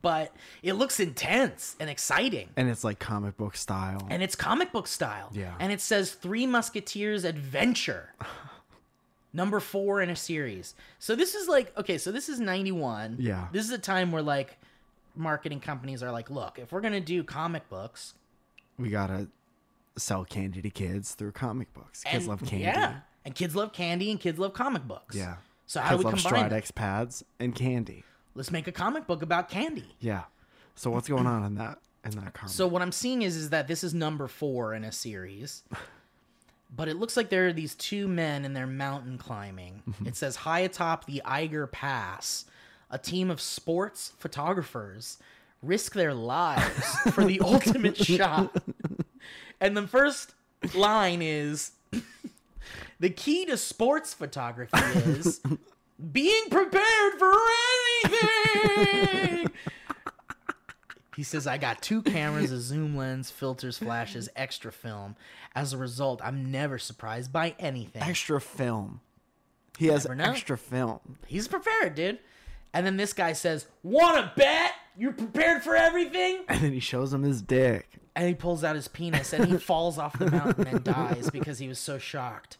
Speaker 4: but it looks intense and exciting.
Speaker 3: And it's like comic book style.
Speaker 4: And it's comic book style.
Speaker 3: Yeah.
Speaker 4: And it says Three Musketeers Adventure. Number four in a series. So this is like okay, so this is ninety one.
Speaker 3: Yeah.
Speaker 4: This is a time where like marketing companies are like, look, if we're gonna do comic books,
Speaker 3: we gotta sell candy to kids through comic books. Kids
Speaker 4: and-
Speaker 3: love candy.
Speaker 4: Yeah. And kids love candy and kids love comic books.
Speaker 3: Yeah.
Speaker 4: So how
Speaker 3: Kids
Speaker 4: do we
Speaker 3: love
Speaker 4: combine them?
Speaker 3: Stridex pads and candy.
Speaker 4: Let's make a comic book about candy.
Speaker 3: Yeah. So what's going on in that in that comic?
Speaker 4: So what I'm seeing is is that this is number four in a series, but it looks like there are these two men and they're mountain climbing.
Speaker 3: Mm-hmm.
Speaker 4: It says high atop the Eiger Pass, a team of sports photographers risk their lives for the ultimate shot. And the first line is the key to sports photography is being prepared for anything. He says, I got two cameras, a zoom lens, filters, flashes, extra film. As a result, I'm never surprised by anything.
Speaker 3: extra film. He has
Speaker 4: Never know.
Speaker 3: extra film.
Speaker 4: He's prepared, dude. And then this guy says, Wanna bet? You're prepared for everything?
Speaker 3: And then he shows him his dick.
Speaker 4: And he pulls out his penis and he falls off the mountain and dies because he was so shocked.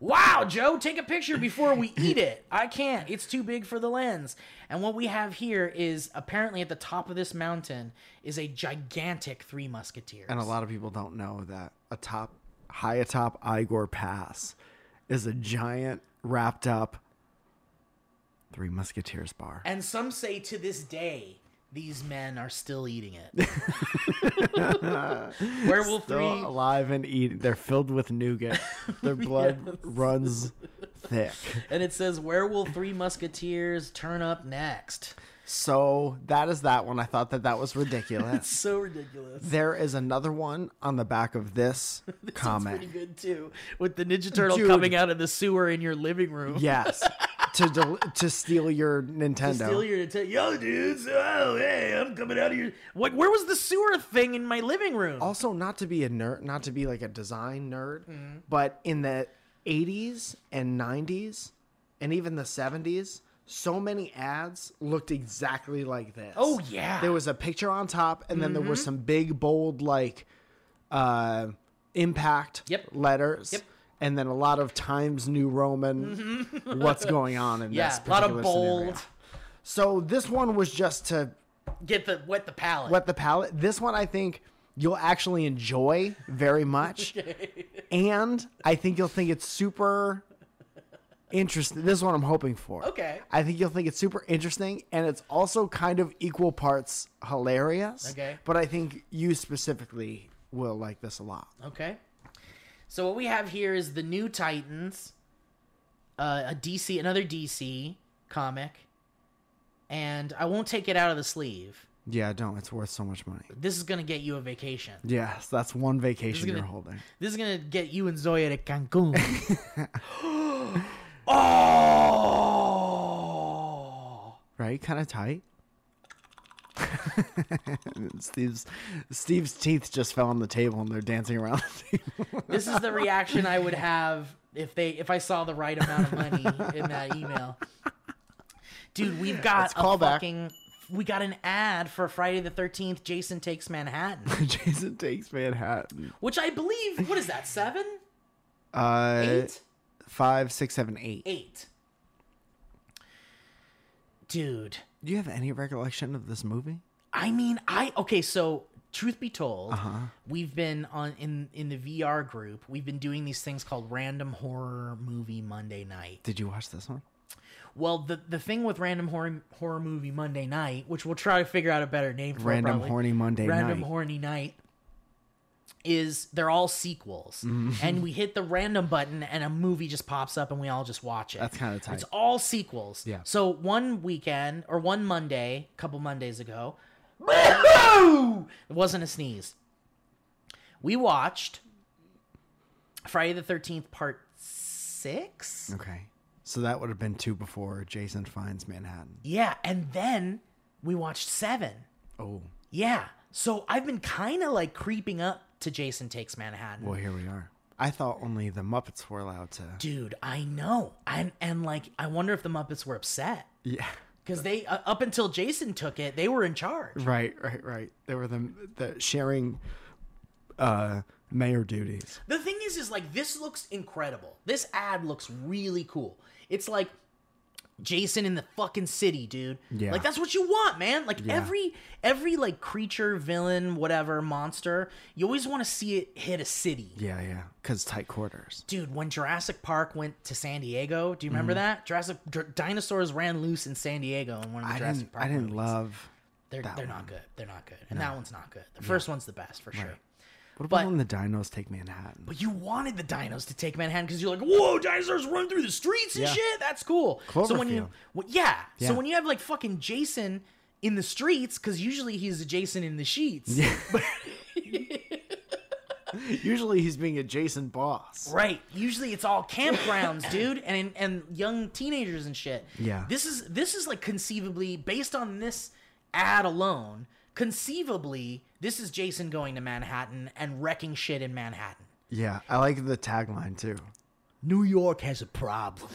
Speaker 4: Wow, Joe, take a picture before we eat it. I can't. It's too big for the lens. And what we have here is apparently at the top of this mountain is a gigantic Three Musketeers.
Speaker 3: And a lot of people don't know that atop high atop Igor Pass is a giant wrapped up Three Musketeers bar.
Speaker 4: And some say to this day, these men are still eating it. Where
Speaker 3: Still
Speaker 4: will three?
Speaker 3: alive and eating. They're filled with nougat. Their blood runs thick.
Speaker 4: And it says, "Where will three musketeers turn up next?"
Speaker 3: So that is that one. I thought that that was ridiculous.
Speaker 4: So ridiculous.
Speaker 3: there is another one on the back of this,
Speaker 4: Pretty
Speaker 3: comic.
Speaker 4: good too, with the Ninja Turtle
Speaker 3: Dude.
Speaker 4: coming out of the sewer in your living room.
Speaker 3: Yes, to del- to steal your Nintendo.
Speaker 4: Still here to tell yo dudes, oh hey, I'm coming out of your what where was the sewer thing in my living room?
Speaker 3: also not to be a nerd, not to be like a design nerd,
Speaker 4: Mm-hmm.
Speaker 3: but in the 80s and 90s and even the 70s, so many ads looked exactly like this.
Speaker 4: Oh, yeah. Mm-hmm.
Speaker 3: There was a picture on top and then there were some big bold like uh impact
Speaker 4: Yep.
Speaker 3: letters.
Speaker 4: Yep.
Speaker 3: And then a lot of Times New Roman, what's going on in
Speaker 4: Mm-hmm. yeah,
Speaker 3: this?
Speaker 4: a lot of
Speaker 3: particular scenario.
Speaker 4: bold.
Speaker 3: So this one was just to
Speaker 4: Get the wet the palate.
Speaker 3: wet the palate. This one I think you'll actually enjoy very much. And I think you'll think it's super interesting. This is what I'm hoping for.
Speaker 4: Okay.
Speaker 3: I think you'll think it's super interesting and it's also kind of equal parts hilarious.
Speaker 4: Okay.
Speaker 3: But I think you specifically will like this a lot.
Speaker 4: Okay. So what we have here is the new Titans, uh, a DC, another DC comic, and I won't take it out of the sleeve.
Speaker 3: Yeah, don't. It's worth so much money.
Speaker 4: This is gonna get you a vacation.
Speaker 3: Yes, that's one vacation
Speaker 4: gonna-
Speaker 3: you're holding.
Speaker 4: This is gonna get you and Zoya to Cancun. oh.
Speaker 3: Right? Kind of tight. Steve's Steve's teeth just fell on the table and they're dancing around the table.
Speaker 4: This is the reaction I would have if they if I saw the right amount of money in that email. Dude, we've got a
Speaker 3: call back.
Speaker 4: fucking we got an ad for Friday the 13th Jason Takes Manhattan,
Speaker 3: Jason takes Manhattan.
Speaker 4: which I believe what is that? 7?
Speaker 3: Uh,
Speaker 4: 8?
Speaker 3: Five, six, seven, eight.
Speaker 4: 8. Dude,
Speaker 3: Do you have any recollection of this movie?
Speaker 4: I mean, I okay. So, truth be told, we've been on in in the VR group. We've been doing these things called random horror movie Monday night.
Speaker 3: Did you watch this one?
Speaker 4: Well, the the thing with random horror horror movie Monday night, which we'll try to figure out a better name for it,
Speaker 3: Random
Speaker 4: probably.
Speaker 3: Horny Monday
Speaker 4: random
Speaker 3: Night.
Speaker 4: horny night, is they're all sequels,
Speaker 3: Mm-hmm.
Speaker 4: and we hit the random button, and a movie just pops up, and we all just watch it.
Speaker 3: That's kinda tight.
Speaker 4: It's all sequels.
Speaker 3: Yeah.
Speaker 4: So one weekend or one Monday, a couple Mondays ago, it wasn't a sneeze. We watched Friday the Thirteenth Part Six.
Speaker 3: Okay. So that would have been two before Jason finds Manhattan.
Speaker 4: Yeah, and then we watched Seven.
Speaker 3: Oh,
Speaker 4: Yeah. So I've been kind of like creeping up to Jason Takes Manhattan.
Speaker 3: well, here we are. I thought only the Muppets were allowed to.
Speaker 4: Dude, I know. And and like I wonder if the Muppets were upset
Speaker 3: Yeah.
Speaker 4: cuz they uh, up until Jason took it, they were in charge.
Speaker 3: Right, right, right. They were the, the sharing uh, mayor duties.
Speaker 4: The thing is is like this looks incredible. This ad looks really cool. It's like Jason in the fucking city, dude.
Speaker 3: Yeah.
Speaker 4: Like that's what you want, man. Like every every like creature, villain, whatever, monster, you always want to see it hit a city.
Speaker 3: Yeah, yeah. Because tight quarters.
Speaker 4: dude when jurassic park went to san diego do you
Speaker 3: Mm.
Speaker 4: remember that jurassic dr- dinosaurs ran loose in san diego in one of the
Speaker 3: I
Speaker 4: jurassic
Speaker 3: didn't,
Speaker 4: park
Speaker 3: I didn't
Speaker 4: movies.
Speaker 3: love.
Speaker 4: they're,
Speaker 3: that
Speaker 4: they're
Speaker 3: one.
Speaker 4: not good they're not good and that one's not good the first one's the best for sure
Speaker 3: What about
Speaker 4: But-
Speaker 3: when the dinos take Manhattan?
Speaker 4: but you wanted the dinos to take manhattan because you're like whoa dinosaurs run through the streets and
Speaker 3: Yeah.
Speaker 4: shit that's cool so when you
Speaker 3: Cloverfield.
Speaker 4: well, yeah.
Speaker 3: Yeah.
Speaker 4: so when you have like fucking jason in the streets because usually he's jason in the sheets
Speaker 3: Usually he's being a Jason boss.
Speaker 4: Right. Usually it's all campgrounds, dude, and and young teenagers and shit.
Speaker 3: Yeah.
Speaker 4: This is this is like conceivably based on this ad alone. Conceivably, this is Jason going to Manhattan and wrecking shit in Manhattan.
Speaker 3: Yeah, I like the tagline too.
Speaker 4: New York has a problem.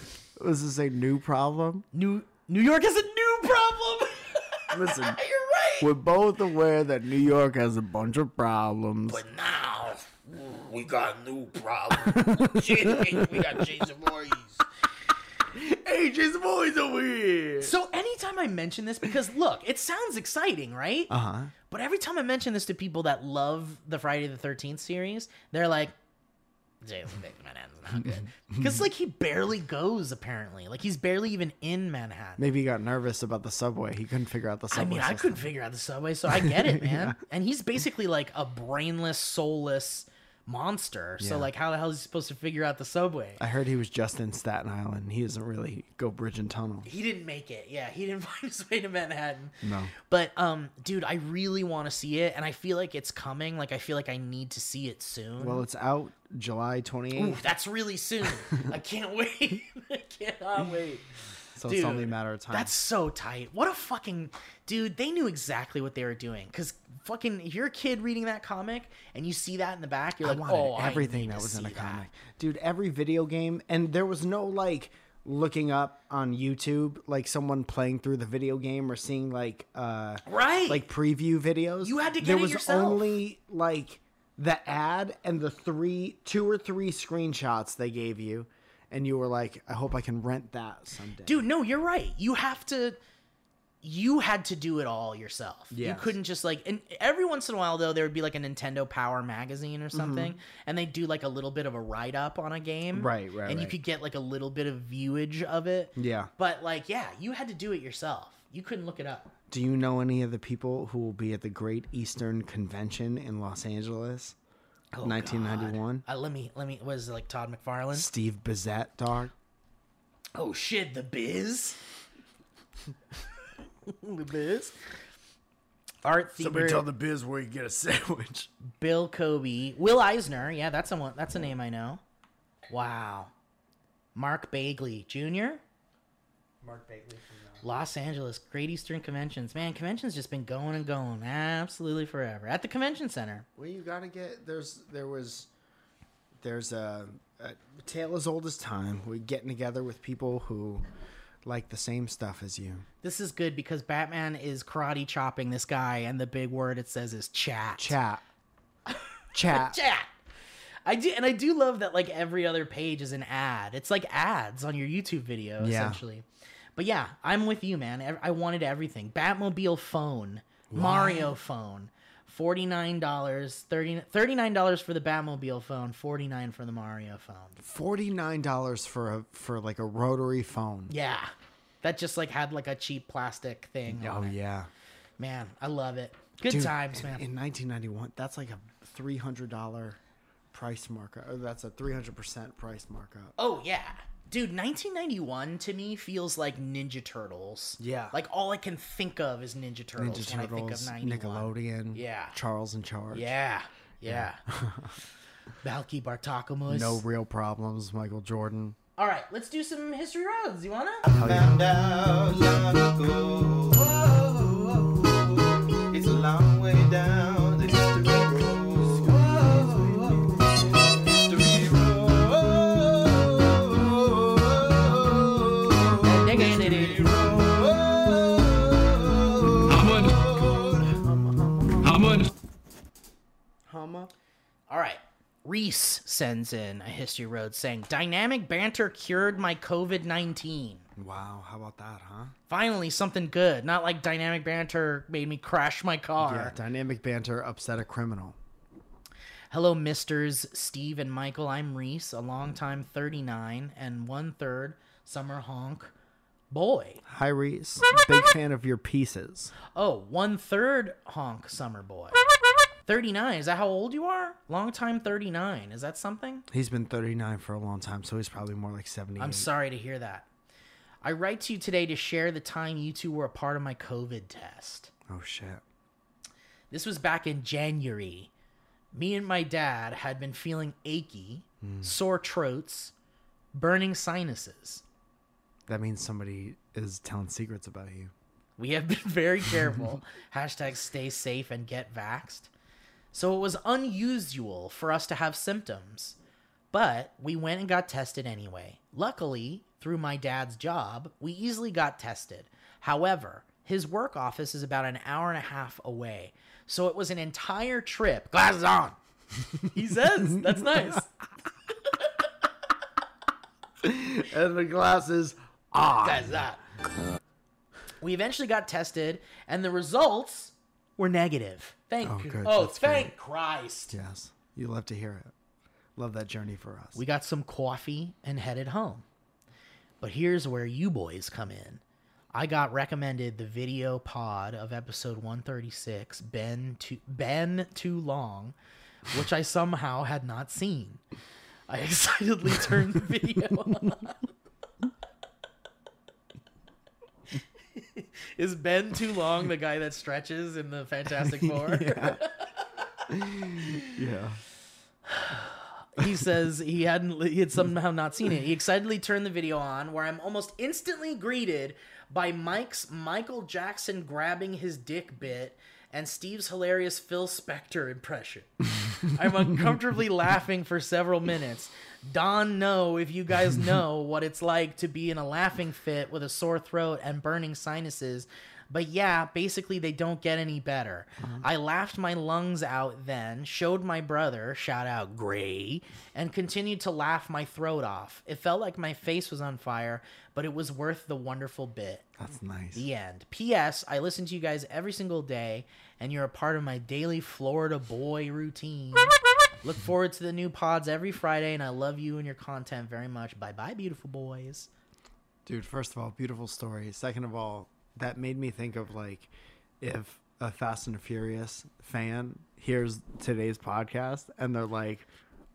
Speaker 3: This is a new problem.
Speaker 4: New New York has a new problem.
Speaker 3: Listen,
Speaker 4: You're right.
Speaker 3: we're both aware that New York has a bunch of problems.
Speaker 5: But now we got new problem. we got Jason Voorhees.
Speaker 3: hey, Jason boys over here.
Speaker 4: So anytime I mention this, because look, it sounds exciting, right?
Speaker 3: Uh huh.
Speaker 4: But every time I mention this to people that love the Friday the Thirteenth series, they're like, "Jason Bateman Manhattan's not good," because like he barely goes. Apparently, like he's barely even in Manhattan.
Speaker 3: Maybe he got nervous about the subway. He couldn't figure out the subway.
Speaker 4: I mean, I
Speaker 3: system.
Speaker 4: couldn't figure out the subway, so I get it, man. And he's basically like a brainless, soulless monster. So
Speaker 3: Yeah.
Speaker 4: like, how the hell is he supposed to figure out the subway?
Speaker 3: I heard he was just in Staten Island. He doesn't really go bridge and tunnel.
Speaker 4: he didn't make it. Yeah, he didn't find his way to Manhattan.
Speaker 3: No.
Speaker 4: But um dude, I really want to see it and I feel like it's coming. Like I feel like I need to see it soon.
Speaker 3: Well, it's out July
Speaker 4: Ooh,
Speaker 3: 28th,
Speaker 4: that's really soon. I can't wait. I cannot wait.
Speaker 3: so
Speaker 4: dude,
Speaker 3: it's only a matter of time.
Speaker 4: That's so tight. What a fucking dude. They knew exactly what they were doing. Cause fucking, if you're a kid reading that comic and you see that in the back, you're
Speaker 3: I
Speaker 4: like,
Speaker 3: wanted
Speaker 4: oh, I
Speaker 3: everything
Speaker 4: need
Speaker 3: that
Speaker 4: to
Speaker 3: was in a
Speaker 4: see that."
Speaker 3: comic. Dude, every video game and there was no like looking up on YouTube like someone playing through the video game or seeing like uh
Speaker 4: Right.
Speaker 3: like preview videos.
Speaker 4: You had to get
Speaker 3: there
Speaker 4: it
Speaker 3: was
Speaker 4: yourself.
Speaker 3: only like the ad and the three two or three screenshots they gave you and you were like, I hope I can rent that someday.
Speaker 4: dude no you're right you have to you had to do it all yourself you
Speaker 3: Yes.
Speaker 4: couldn't just like and every once in a while though there would be like a nintendo power magazine
Speaker 3: Mm-hmm.
Speaker 4: or something and they do like a little bit of a write-up on a game
Speaker 3: Right, right,
Speaker 4: and you
Speaker 3: right.
Speaker 4: could get like a little bit of viewage of it
Speaker 3: Yeah.
Speaker 4: but like yeah you had to do it yourself you couldn't look it up
Speaker 3: Do you know any of the people who will be at the Great Eastern Convention in Los Angeles?
Speaker 4: Oh,
Speaker 3: 1991.
Speaker 4: uh, let me let me was like todd mcfarlane
Speaker 3: Steve Bizet, dog.
Speaker 4: oh shit the biz the biz art Thieber.
Speaker 3: biz where you get a sandwich.
Speaker 4: Bill Kobe, Will Eisner. Yeah, that's someone. That's a name I know. Wow. Mark Bagley Jr. Mark Bagley. Los Angeles, Great Eastern Conventions. Man, conventions just been going and going absolutely forever. At the convention center.
Speaker 3: Well, you gotta get there's there was there's a, a tale as old as time. We're getting together with people who like the same stuff as you.
Speaker 4: This is good because Batman is karate chopping this guy, and the big word it says is chat.
Speaker 3: Chat, chat.
Speaker 4: Chat. I do, and I do love that. Like every other page is an ad. It's like ads on your YouTube video,
Speaker 3: Yeah.
Speaker 4: essentially. But yeah, I'm with you, man. Ev- I wanted everything: Batmobile phone, Mario phone. $49, $30, $39 for the Batmobile phone, 49 for the Mario phone.
Speaker 3: Forty nine dollars for a for like a rotary phone.
Speaker 4: Yeah. That just like had like a cheap plastic thing.
Speaker 3: Oh
Speaker 4: on it.
Speaker 3: yeah.
Speaker 4: Man, I love it. Good
Speaker 3: Dude,
Speaker 4: times,
Speaker 3: in-
Speaker 4: man.
Speaker 3: In 1991, that's like a three hundred dollar price markup. Oh, That's a three hundred percent price markup.
Speaker 4: Oh yeah. Dude, 1991 to me feels like Ninja Turtles.
Speaker 3: Yeah.
Speaker 4: Like all I can think of is Ninja Turtles
Speaker 3: Ninja
Speaker 4: when Oh, I think of
Speaker 3: Turtles,
Speaker 4: 91.
Speaker 3: Nickelodeon,
Speaker 4: Yeah.
Speaker 3: Charles in Charge,
Speaker 4: Yeah. Yeah. Valky Bartakamus.
Speaker 3: No Real Problems, Michael Jordan.
Speaker 4: All right, let's do some history roads. You wanna?
Speaker 8: found out long ago. Whoa, it's a long way down the history road. Whoa, history road. History road.
Speaker 2: How much? How much?
Speaker 3: Hama.
Speaker 4: All right. Reese sends in a history road saying, "Dynamic banter cured my COVID nineteen.
Speaker 3: Wow, how about that, huh?
Speaker 4: Finally, something good. Not like dynamic banter made me crash my car."
Speaker 3: Yeah, dynamic banter upset a criminal.
Speaker 4: Hello, Misters Steve and Michael. I'm Reese, a longtime 39 and one third summer honk boy.
Speaker 3: Hi Reese, big fan of your pieces.
Speaker 4: Oh, one third honk summer boy. 39, is that how old you are? Longtime 39, is that something?
Speaker 3: He's been 39 for a long time, so he's probably more like 70.
Speaker 4: I'm sorry to hear that. I write to you today to share the time you two were a part of my COVID test.
Speaker 3: Oh shit.
Speaker 4: This was back in January. Me and my dad had been feeling achy, sore throats, burning sinuses.
Speaker 3: That means somebody is telling secrets about you.
Speaker 4: We have been very careful. Hashtag stay safe and get vaxxed. So it was unusual for us to have symptoms, but we went and got tested anyway. Luckily, through my dad's job, we easily got tested. However, his work office is about an hour and a half away. So it was an entire trip. Glasses on. he says, that's nice.
Speaker 3: And the glasses ah.
Speaker 4: Glasses on. We eventually got tested, and the results were negative. Thank
Speaker 3: Oh, good.
Speaker 4: oh
Speaker 3: That's
Speaker 4: thank Christ.
Speaker 3: Yes. You love to hear it. Love that journey for us.
Speaker 4: We got some coffee and headed home. But here's where you boys come in. I got recommended the video pod of episode 136, Ben Too, ben Too Long, which I somehow had not seen. I excitedly turned the video on. Is Ben Too Long the guy that stretches in the Fantastic Four?
Speaker 3: yeah.
Speaker 4: he says he hadn't he had somehow not seen it. He excitedly turned the video on where I'm almost instantly greeted by Mike's Michael Jackson grabbing his dick bit and Steve's hilarious Phil Spector impression. I'm uncomfortably laughing for several minutes. Don know if you guys know what it's like to be in a laughing fit with a sore throat and burning sinuses. But yeah, basically they don't get any better. I laughed my lungs out then, showed my brother, shout out Gray, and continued to laugh my throat off. It felt like my face was on fire, but it was worth the wonderful bit.
Speaker 3: That's nice.
Speaker 4: The end. P.S. I listen to you guys every single day, and you're a part of my daily Florida boy routine. Look forward to the new pods every Friday, and I love you and your content very much. Bye bye, beautiful boys.
Speaker 3: Dude, first of all, beautiful story. Second of all, that made me think of like if a Fast and Furious fan hears today's podcast and they're like,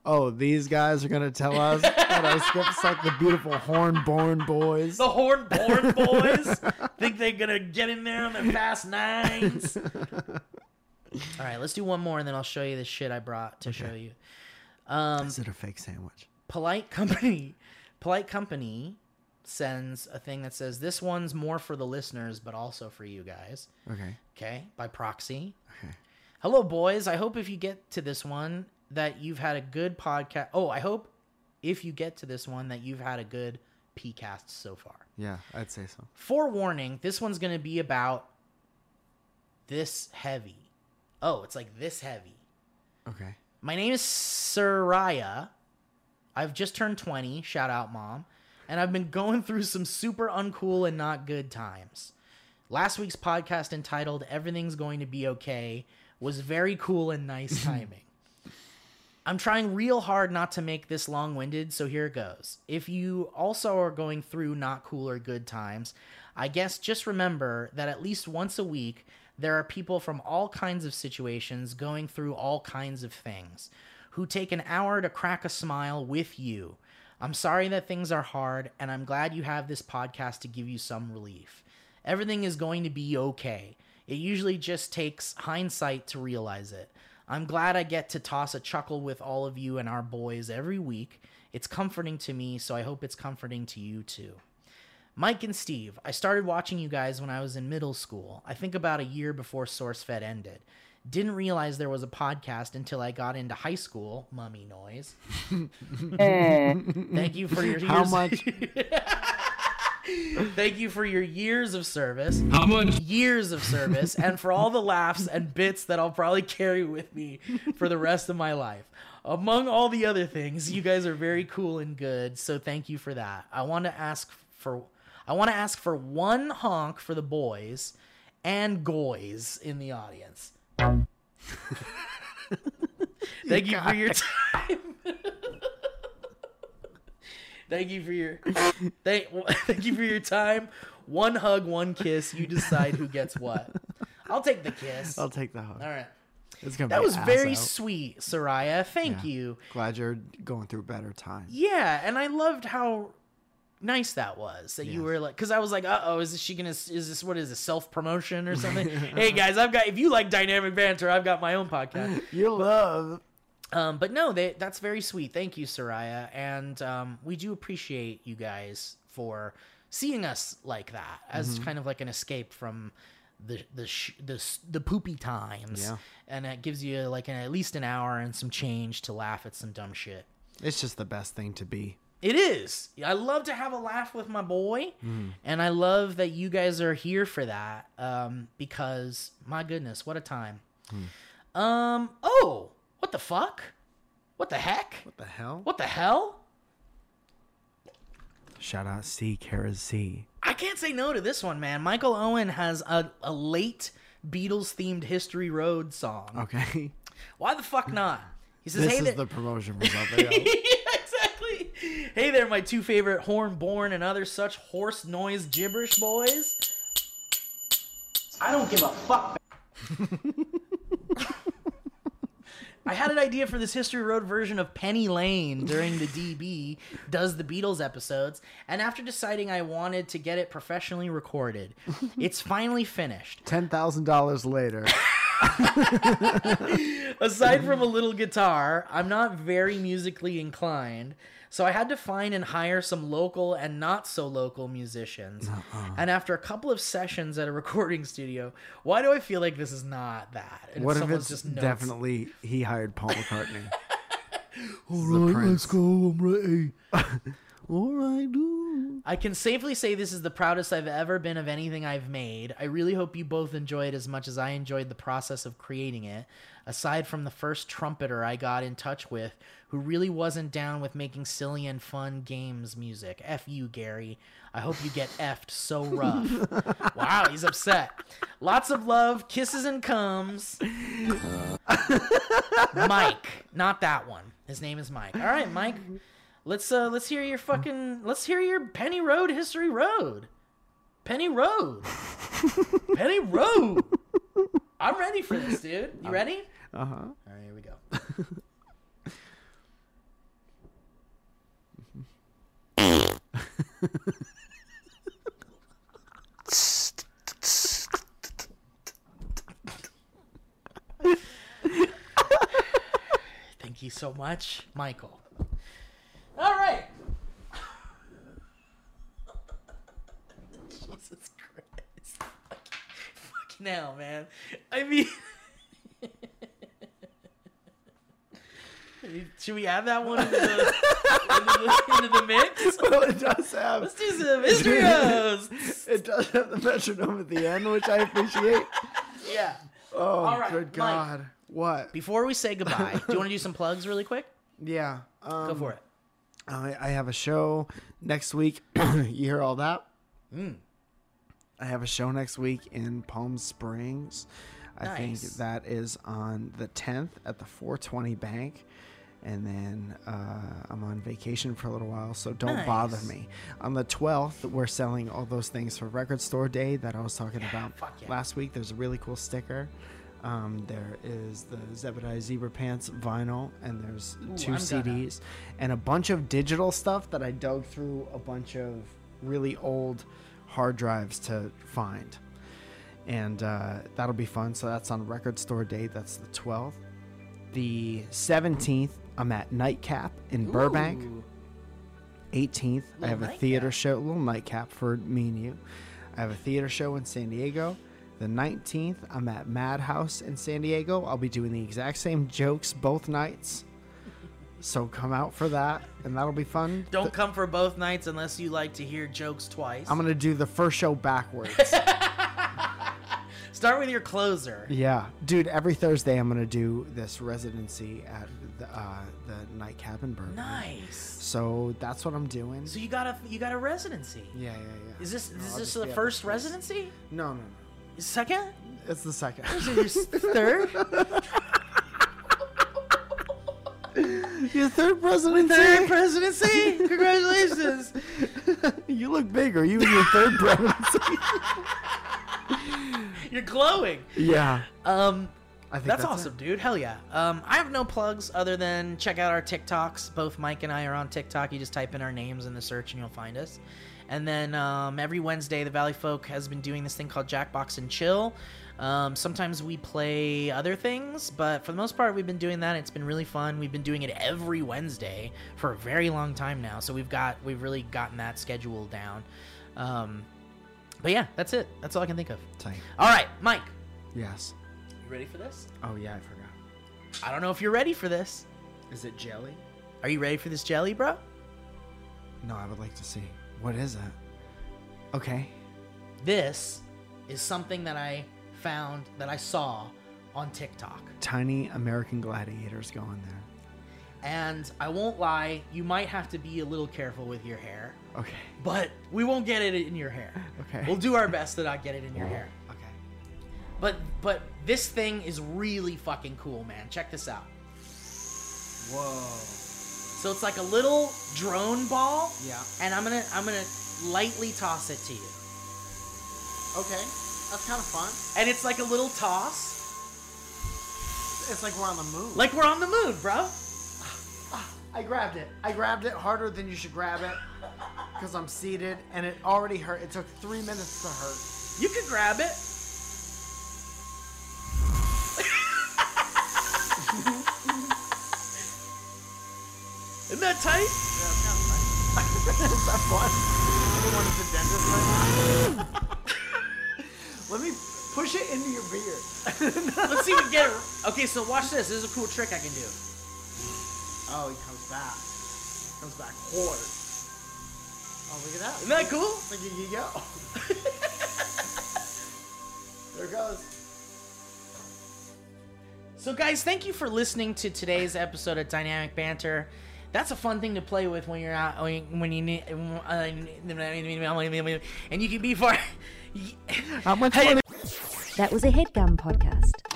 Speaker 3: oh, these guys are going to tell us that our script's like the beautiful horn born boys.
Speaker 4: The horn born boys think they're gonna get in there on their fast nines. All right, let's do one more, and then I'll show you the shit I brought to show you.
Speaker 3: Is it a fake sandwich?
Speaker 4: polite company polite company sends a thing that says this one's more for the listeners but also for you guys
Speaker 3: Okay.
Speaker 4: okay by proxy
Speaker 3: Okay.
Speaker 4: hello boys i hope if you get to this one that you've had a good podcast oh i hope if you get to this one that you've had a good pcast so far
Speaker 3: Yeah, I'd say so.
Speaker 4: forewarning this one's gonna be about this heavy oh it's like this heavy
Speaker 3: Okay.
Speaker 4: my name is Soraya. I've just turned 20. Shout out, mom. And I've been going through some super uncool and not good times. Last week's podcast entitled Everything's Going to Be Okay was very cool and nice timing. I'm trying real hard not to make this long winded, so here goes. If you also are going through not cool or good times, I guess just remember that at least once a week, there are people from all kinds of situations going through all kinds of things who take an hour to crack a smile with you. I'm sorry that things are hard, and I'm glad you have this podcast to give you some relief. Everything is going to be okay. It usually just takes hindsight to realize it. I'm glad I get to toss a chuckle with all of you and our boys every week. It's comforting to me, so I hope it's comforting to you too. Mike and Steve, I started watching you guys when I was in middle school, I think about a year before SourceFed ended. Didn't realize there was a podcast until I got into high school. Mummy noise. Thank you for your
Speaker 3: Eh. How
Speaker 4: years-
Speaker 3: much?
Speaker 4: Thank you for your years of service
Speaker 2: How much?
Speaker 4: years of service and for all the laughs and bits that I'll probably carry with me for the rest of my life. Among all the other things, you guys are very cool and good, so thank you for that. I want to ask for I want to ask for one honk for the boys and goys in the audience. thank you for your time. Thank you for your thank, thank you for your time. One hug, one kiss. You decide who gets what. I'll take the kiss.
Speaker 3: I'll take the hug.
Speaker 4: All right.
Speaker 3: It's gonna
Speaker 4: That
Speaker 3: be
Speaker 4: was
Speaker 3: ass
Speaker 4: very
Speaker 3: out.
Speaker 4: sweet, Soraya. Thank
Speaker 3: Yeah.
Speaker 4: you.
Speaker 3: Glad you're going through better times.
Speaker 4: Yeah, and I loved how nice that was that you
Speaker 3: Yeah.
Speaker 4: were like because i was like uh-oh is she gonna is this what is this self-promotion or something hey guys i've got if you like dynamic banter i've got my own podcast
Speaker 3: You love.
Speaker 4: Um, but no, they, that's very sweet. Thank you, Soraya. And um, we do appreciate you guys for seeing us like that as
Speaker 3: Mm-hmm.
Speaker 4: kind of like an escape from the the sh- the, s- the poopy times.
Speaker 3: Yeah.
Speaker 4: And it gives you like an, at least an hour and some change to laugh at some dumb shit.
Speaker 3: It's just the best thing to be.
Speaker 4: It is. I love to have a laugh with my boy,
Speaker 3: Mm-hmm.
Speaker 4: and I love that you guys are here for that. Um, because my goodness, what a time.
Speaker 3: Hmm.
Speaker 4: Um. Oh, what the fuck? What the heck?
Speaker 3: What the hell?
Speaker 4: What the hell?
Speaker 3: Shout out C Kara C.
Speaker 4: I can't say no to this one, man. Michael Owen has a, a late Beatles themed History Road song.
Speaker 3: Okay.
Speaker 4: Why the fuck not? He says,
Speaker 3: Uh, this
Speaker 4: "Hey
Speaker 3: is
Speaker 4: there."
Speaker 3: the promotion for something else.
Speaker 4: Yeah, exactly. Hey there, my two favorite horn born and other such horse noise gibberish boys. I don't give a fuck. I had an idea for this History Road version of Penny Lane during the DB Does the Beatles episodes, and after deciding I wanted to get it professionally recorded, it's finally finished.
Speaker 3: Ten thousand dollars later.
Speaker 4: aside from a little guitar, I'm not very musically inclined. So I had to find and hire some local and not so local musicians.
Speaker 3: Uh-uh.
Speaker 4: And after a couple of sessions at a recording studio, why do I feel like this is not that? And
Speaker 3: what if
Speaker 4: someone's
Speaker 3: it's
Speaker 4: notes.
Speaker 3: definitely he hired Paul McCartney?
Speaker 6: All
Speaker 3: the
Speaker 6: right, let's
Speaker 3: Prince.
Speaker 6: go. I'm ready. All right, dude.
Speaker 4: I can safely say this is the proudest I've ever been of anything I've made. I really hope you both enjoy it as much as I enjoyed the process of creating it. Aside from the first trumpeter I got in touch with, who really wasn't down with making silly and fun games music. F you, Gary. I hope you get effed so rough. wow, he's upset. Lots of love, kisses, and comes. Mike, not that one. His name is Mike. All right, Mike. Let's uh let's hear your fucking let's hear your Penny Road History Road. Penny Road. Penny Road. I'm ready for this, dude. You ready? Uh-huh. All right, here we go. Thank you so much, Michael. All right. Jesus Christ. Fucking hell, man. I mean. Should we add that one into the, into the, into the mix?
Speaker 3: well, it does have
Speaker 4: Let's do some history rows.
Speaker 3: it does have the metronome at the end, which I appreciate.
Speaker 4: Yeah.
Speaker 3: Oh,
Speaker 4: right,
Speaker 3: good
Speaker 4: Mike.
Speaker 3: God! What?
Speaker 4: Before we say goodbye, do you want to do some plugs really quick?
Speaker 3: Yeah. Um,
Speaker 4: Go for it.
Speaker 3: Hmm. I, I have a show next week. you hear all that? I have a show next week in Palm Springs. I think
Speaker 4: Nice.
Speaker 3: that is on the 10th at the 420 Bank. And then uh, I'm on vacation for a little while, so don't bother
Speaker 4: Nice.
Speaker 3: me. On the 12th, we're selling all those things for Record Store Day that I was talking about
Speaker 4: fuck yeah.
Speaker 3: last week. There's a really cool sticker. Um, there is the Zebediah Zebra Pants vinyl, and there's two
Speaker 4: I'm gonna-
Speaker 3: CDs and a bunch of digital stuff that I dug through a bunch of really old hard drives to find. And uh, that'll be fun. So that's on Record Store Day. That's the 12th. The 17th, I'm at Nightcap in Burbank.
Speaker 4: Ooh.
Speaker 3: 18th, I have a
Speaker 4: nightcap.
Speaker 3: theater show, little nightcap for me and you. I have a theater show in San Diego. The 19th, I'm at Madhouse in San Diego. I'll be doing the exact same jokes both nights. So come out for that, and that'll be fun.
Speaker 4: Don't come for both nights unless you like to hear jokes twice.
Speaker 3: I'm going to do the first show backwards.
Speaker 4: Start with your closer.
Speaker 3: yeah. Dude, every Thursday, I'm going to do this residency at the, uh, the Nightcap in Burbank.
Speaker 4: Nice.
Speaker 3: So that's what I'm doing.
Speaker 4: So you got a you got a residency.
Speaker 3: Yeah, yeah, yeah.
Speaker 4: Is this is
Speaker 3: I'll
Speaker 4: this
Speaker 3: just
Speaker 4: the
Speaker 3: be at
Speaker 4: first
Speaker 3: place.
Speaker 4: residency?
Speaker 3: No, no, no.
Speaker 4: Second?
Speaker 3: It's the second.
Speaker 4: Your s- third?
Speaker 3: Your third presidency.
Speaker 4: Third presidency? Congratulations.
Speaker 3: you look big. Are you in your third presidency?
Speaker 4: You're glowing.
Speaker 3: yeah.
Speaker 4: Um
Speaker 3: I think
Speaker 4: that's,
Speaker 3: it.
Speaker 4: awesome, dude. Hell yeah. Um, I have no plugs other than check out our TikToks. Both Mike and I are on TikTok. You just type in our names in the search and you'll find us. And then um, every Wednesday, the Valley Folk has been doing this thing called Jackbox and Chill. Um, sometimes we play other things, but for the most part, we've been doing that. It's been really fun. We've been doing it every Wednesday for a very long time now. So we've got we've really gotten that schedule down. Um, but yeah, that's it. That's all I can think of.
Speaker 3: Tight.
Speaker 4: All right, Mike,
Speaker 3: Yes.
Speaker 4: you ready for this?
Speaker 3: Oh yeah, I forgot.
Speaker 4: I don't know if you're ready for this.
Speaker 3: Is it jelly?
Speaker 4: Are you ready for this jelly, bro?
Speaker 3: No, I would like to see. What is it? Okay.
Speaker 4: This is something that I found that I saw on TikTok.
Speaker 3: Tiny American gladiators going there.
Speaker 4: And I won't lie, you might have to be a little careful with your hair,
Speaker 3: Okay.
Speaker 4: but we won't get it in your hair.
Speaker 3: Okay.
Speaker 4: We'll do our best to not get it in your hair.
Speaker 3: Okay.
Speaker 4: But but this thing is really fucking cool, man. Check this out.
Speaker 3: Whoa.
Speaker 4: So it's like a little drone ball.
Speaker 3: Yeah.
Speaker 4: And I'm going to I'm going to lightly toss it to you.
Speaker 3: Okay. That's kind of fun.
Speaker 4: And it's like a little toss.
Speaker 3: It's like we're on the moon.
Speaker 4: Like we're on the moon, bro.
Speaker 3: I grabbed it. I grabbed it harder than you should grab it because I'm seated and it already hurt. It took three minutes to hurt.
Speaker 4: You could grab it. Isn't that tight?
Speaker 3: Is that fun? Everyone at the dentist right now. Let me push it into your beard.
Speaker 4: Let's see if we can get it. Okay, so watch this. This is a cool trick I can do.
Speaker 3: Oh, he comes back. Comes back hard. Oh, look at that.
Speaker 4: Isn't that cool?
Speaker 3: Look at you go. there it goes.
Speaker 4: So, guys, thank you for listening to today's episode of Dynamic Banter. That's a fun thing to play with when you're out, when when you need, and you can be far.
Speaker 3: How much
Speaker 4: Hey,
Speaker 1: That was a headgum podcast.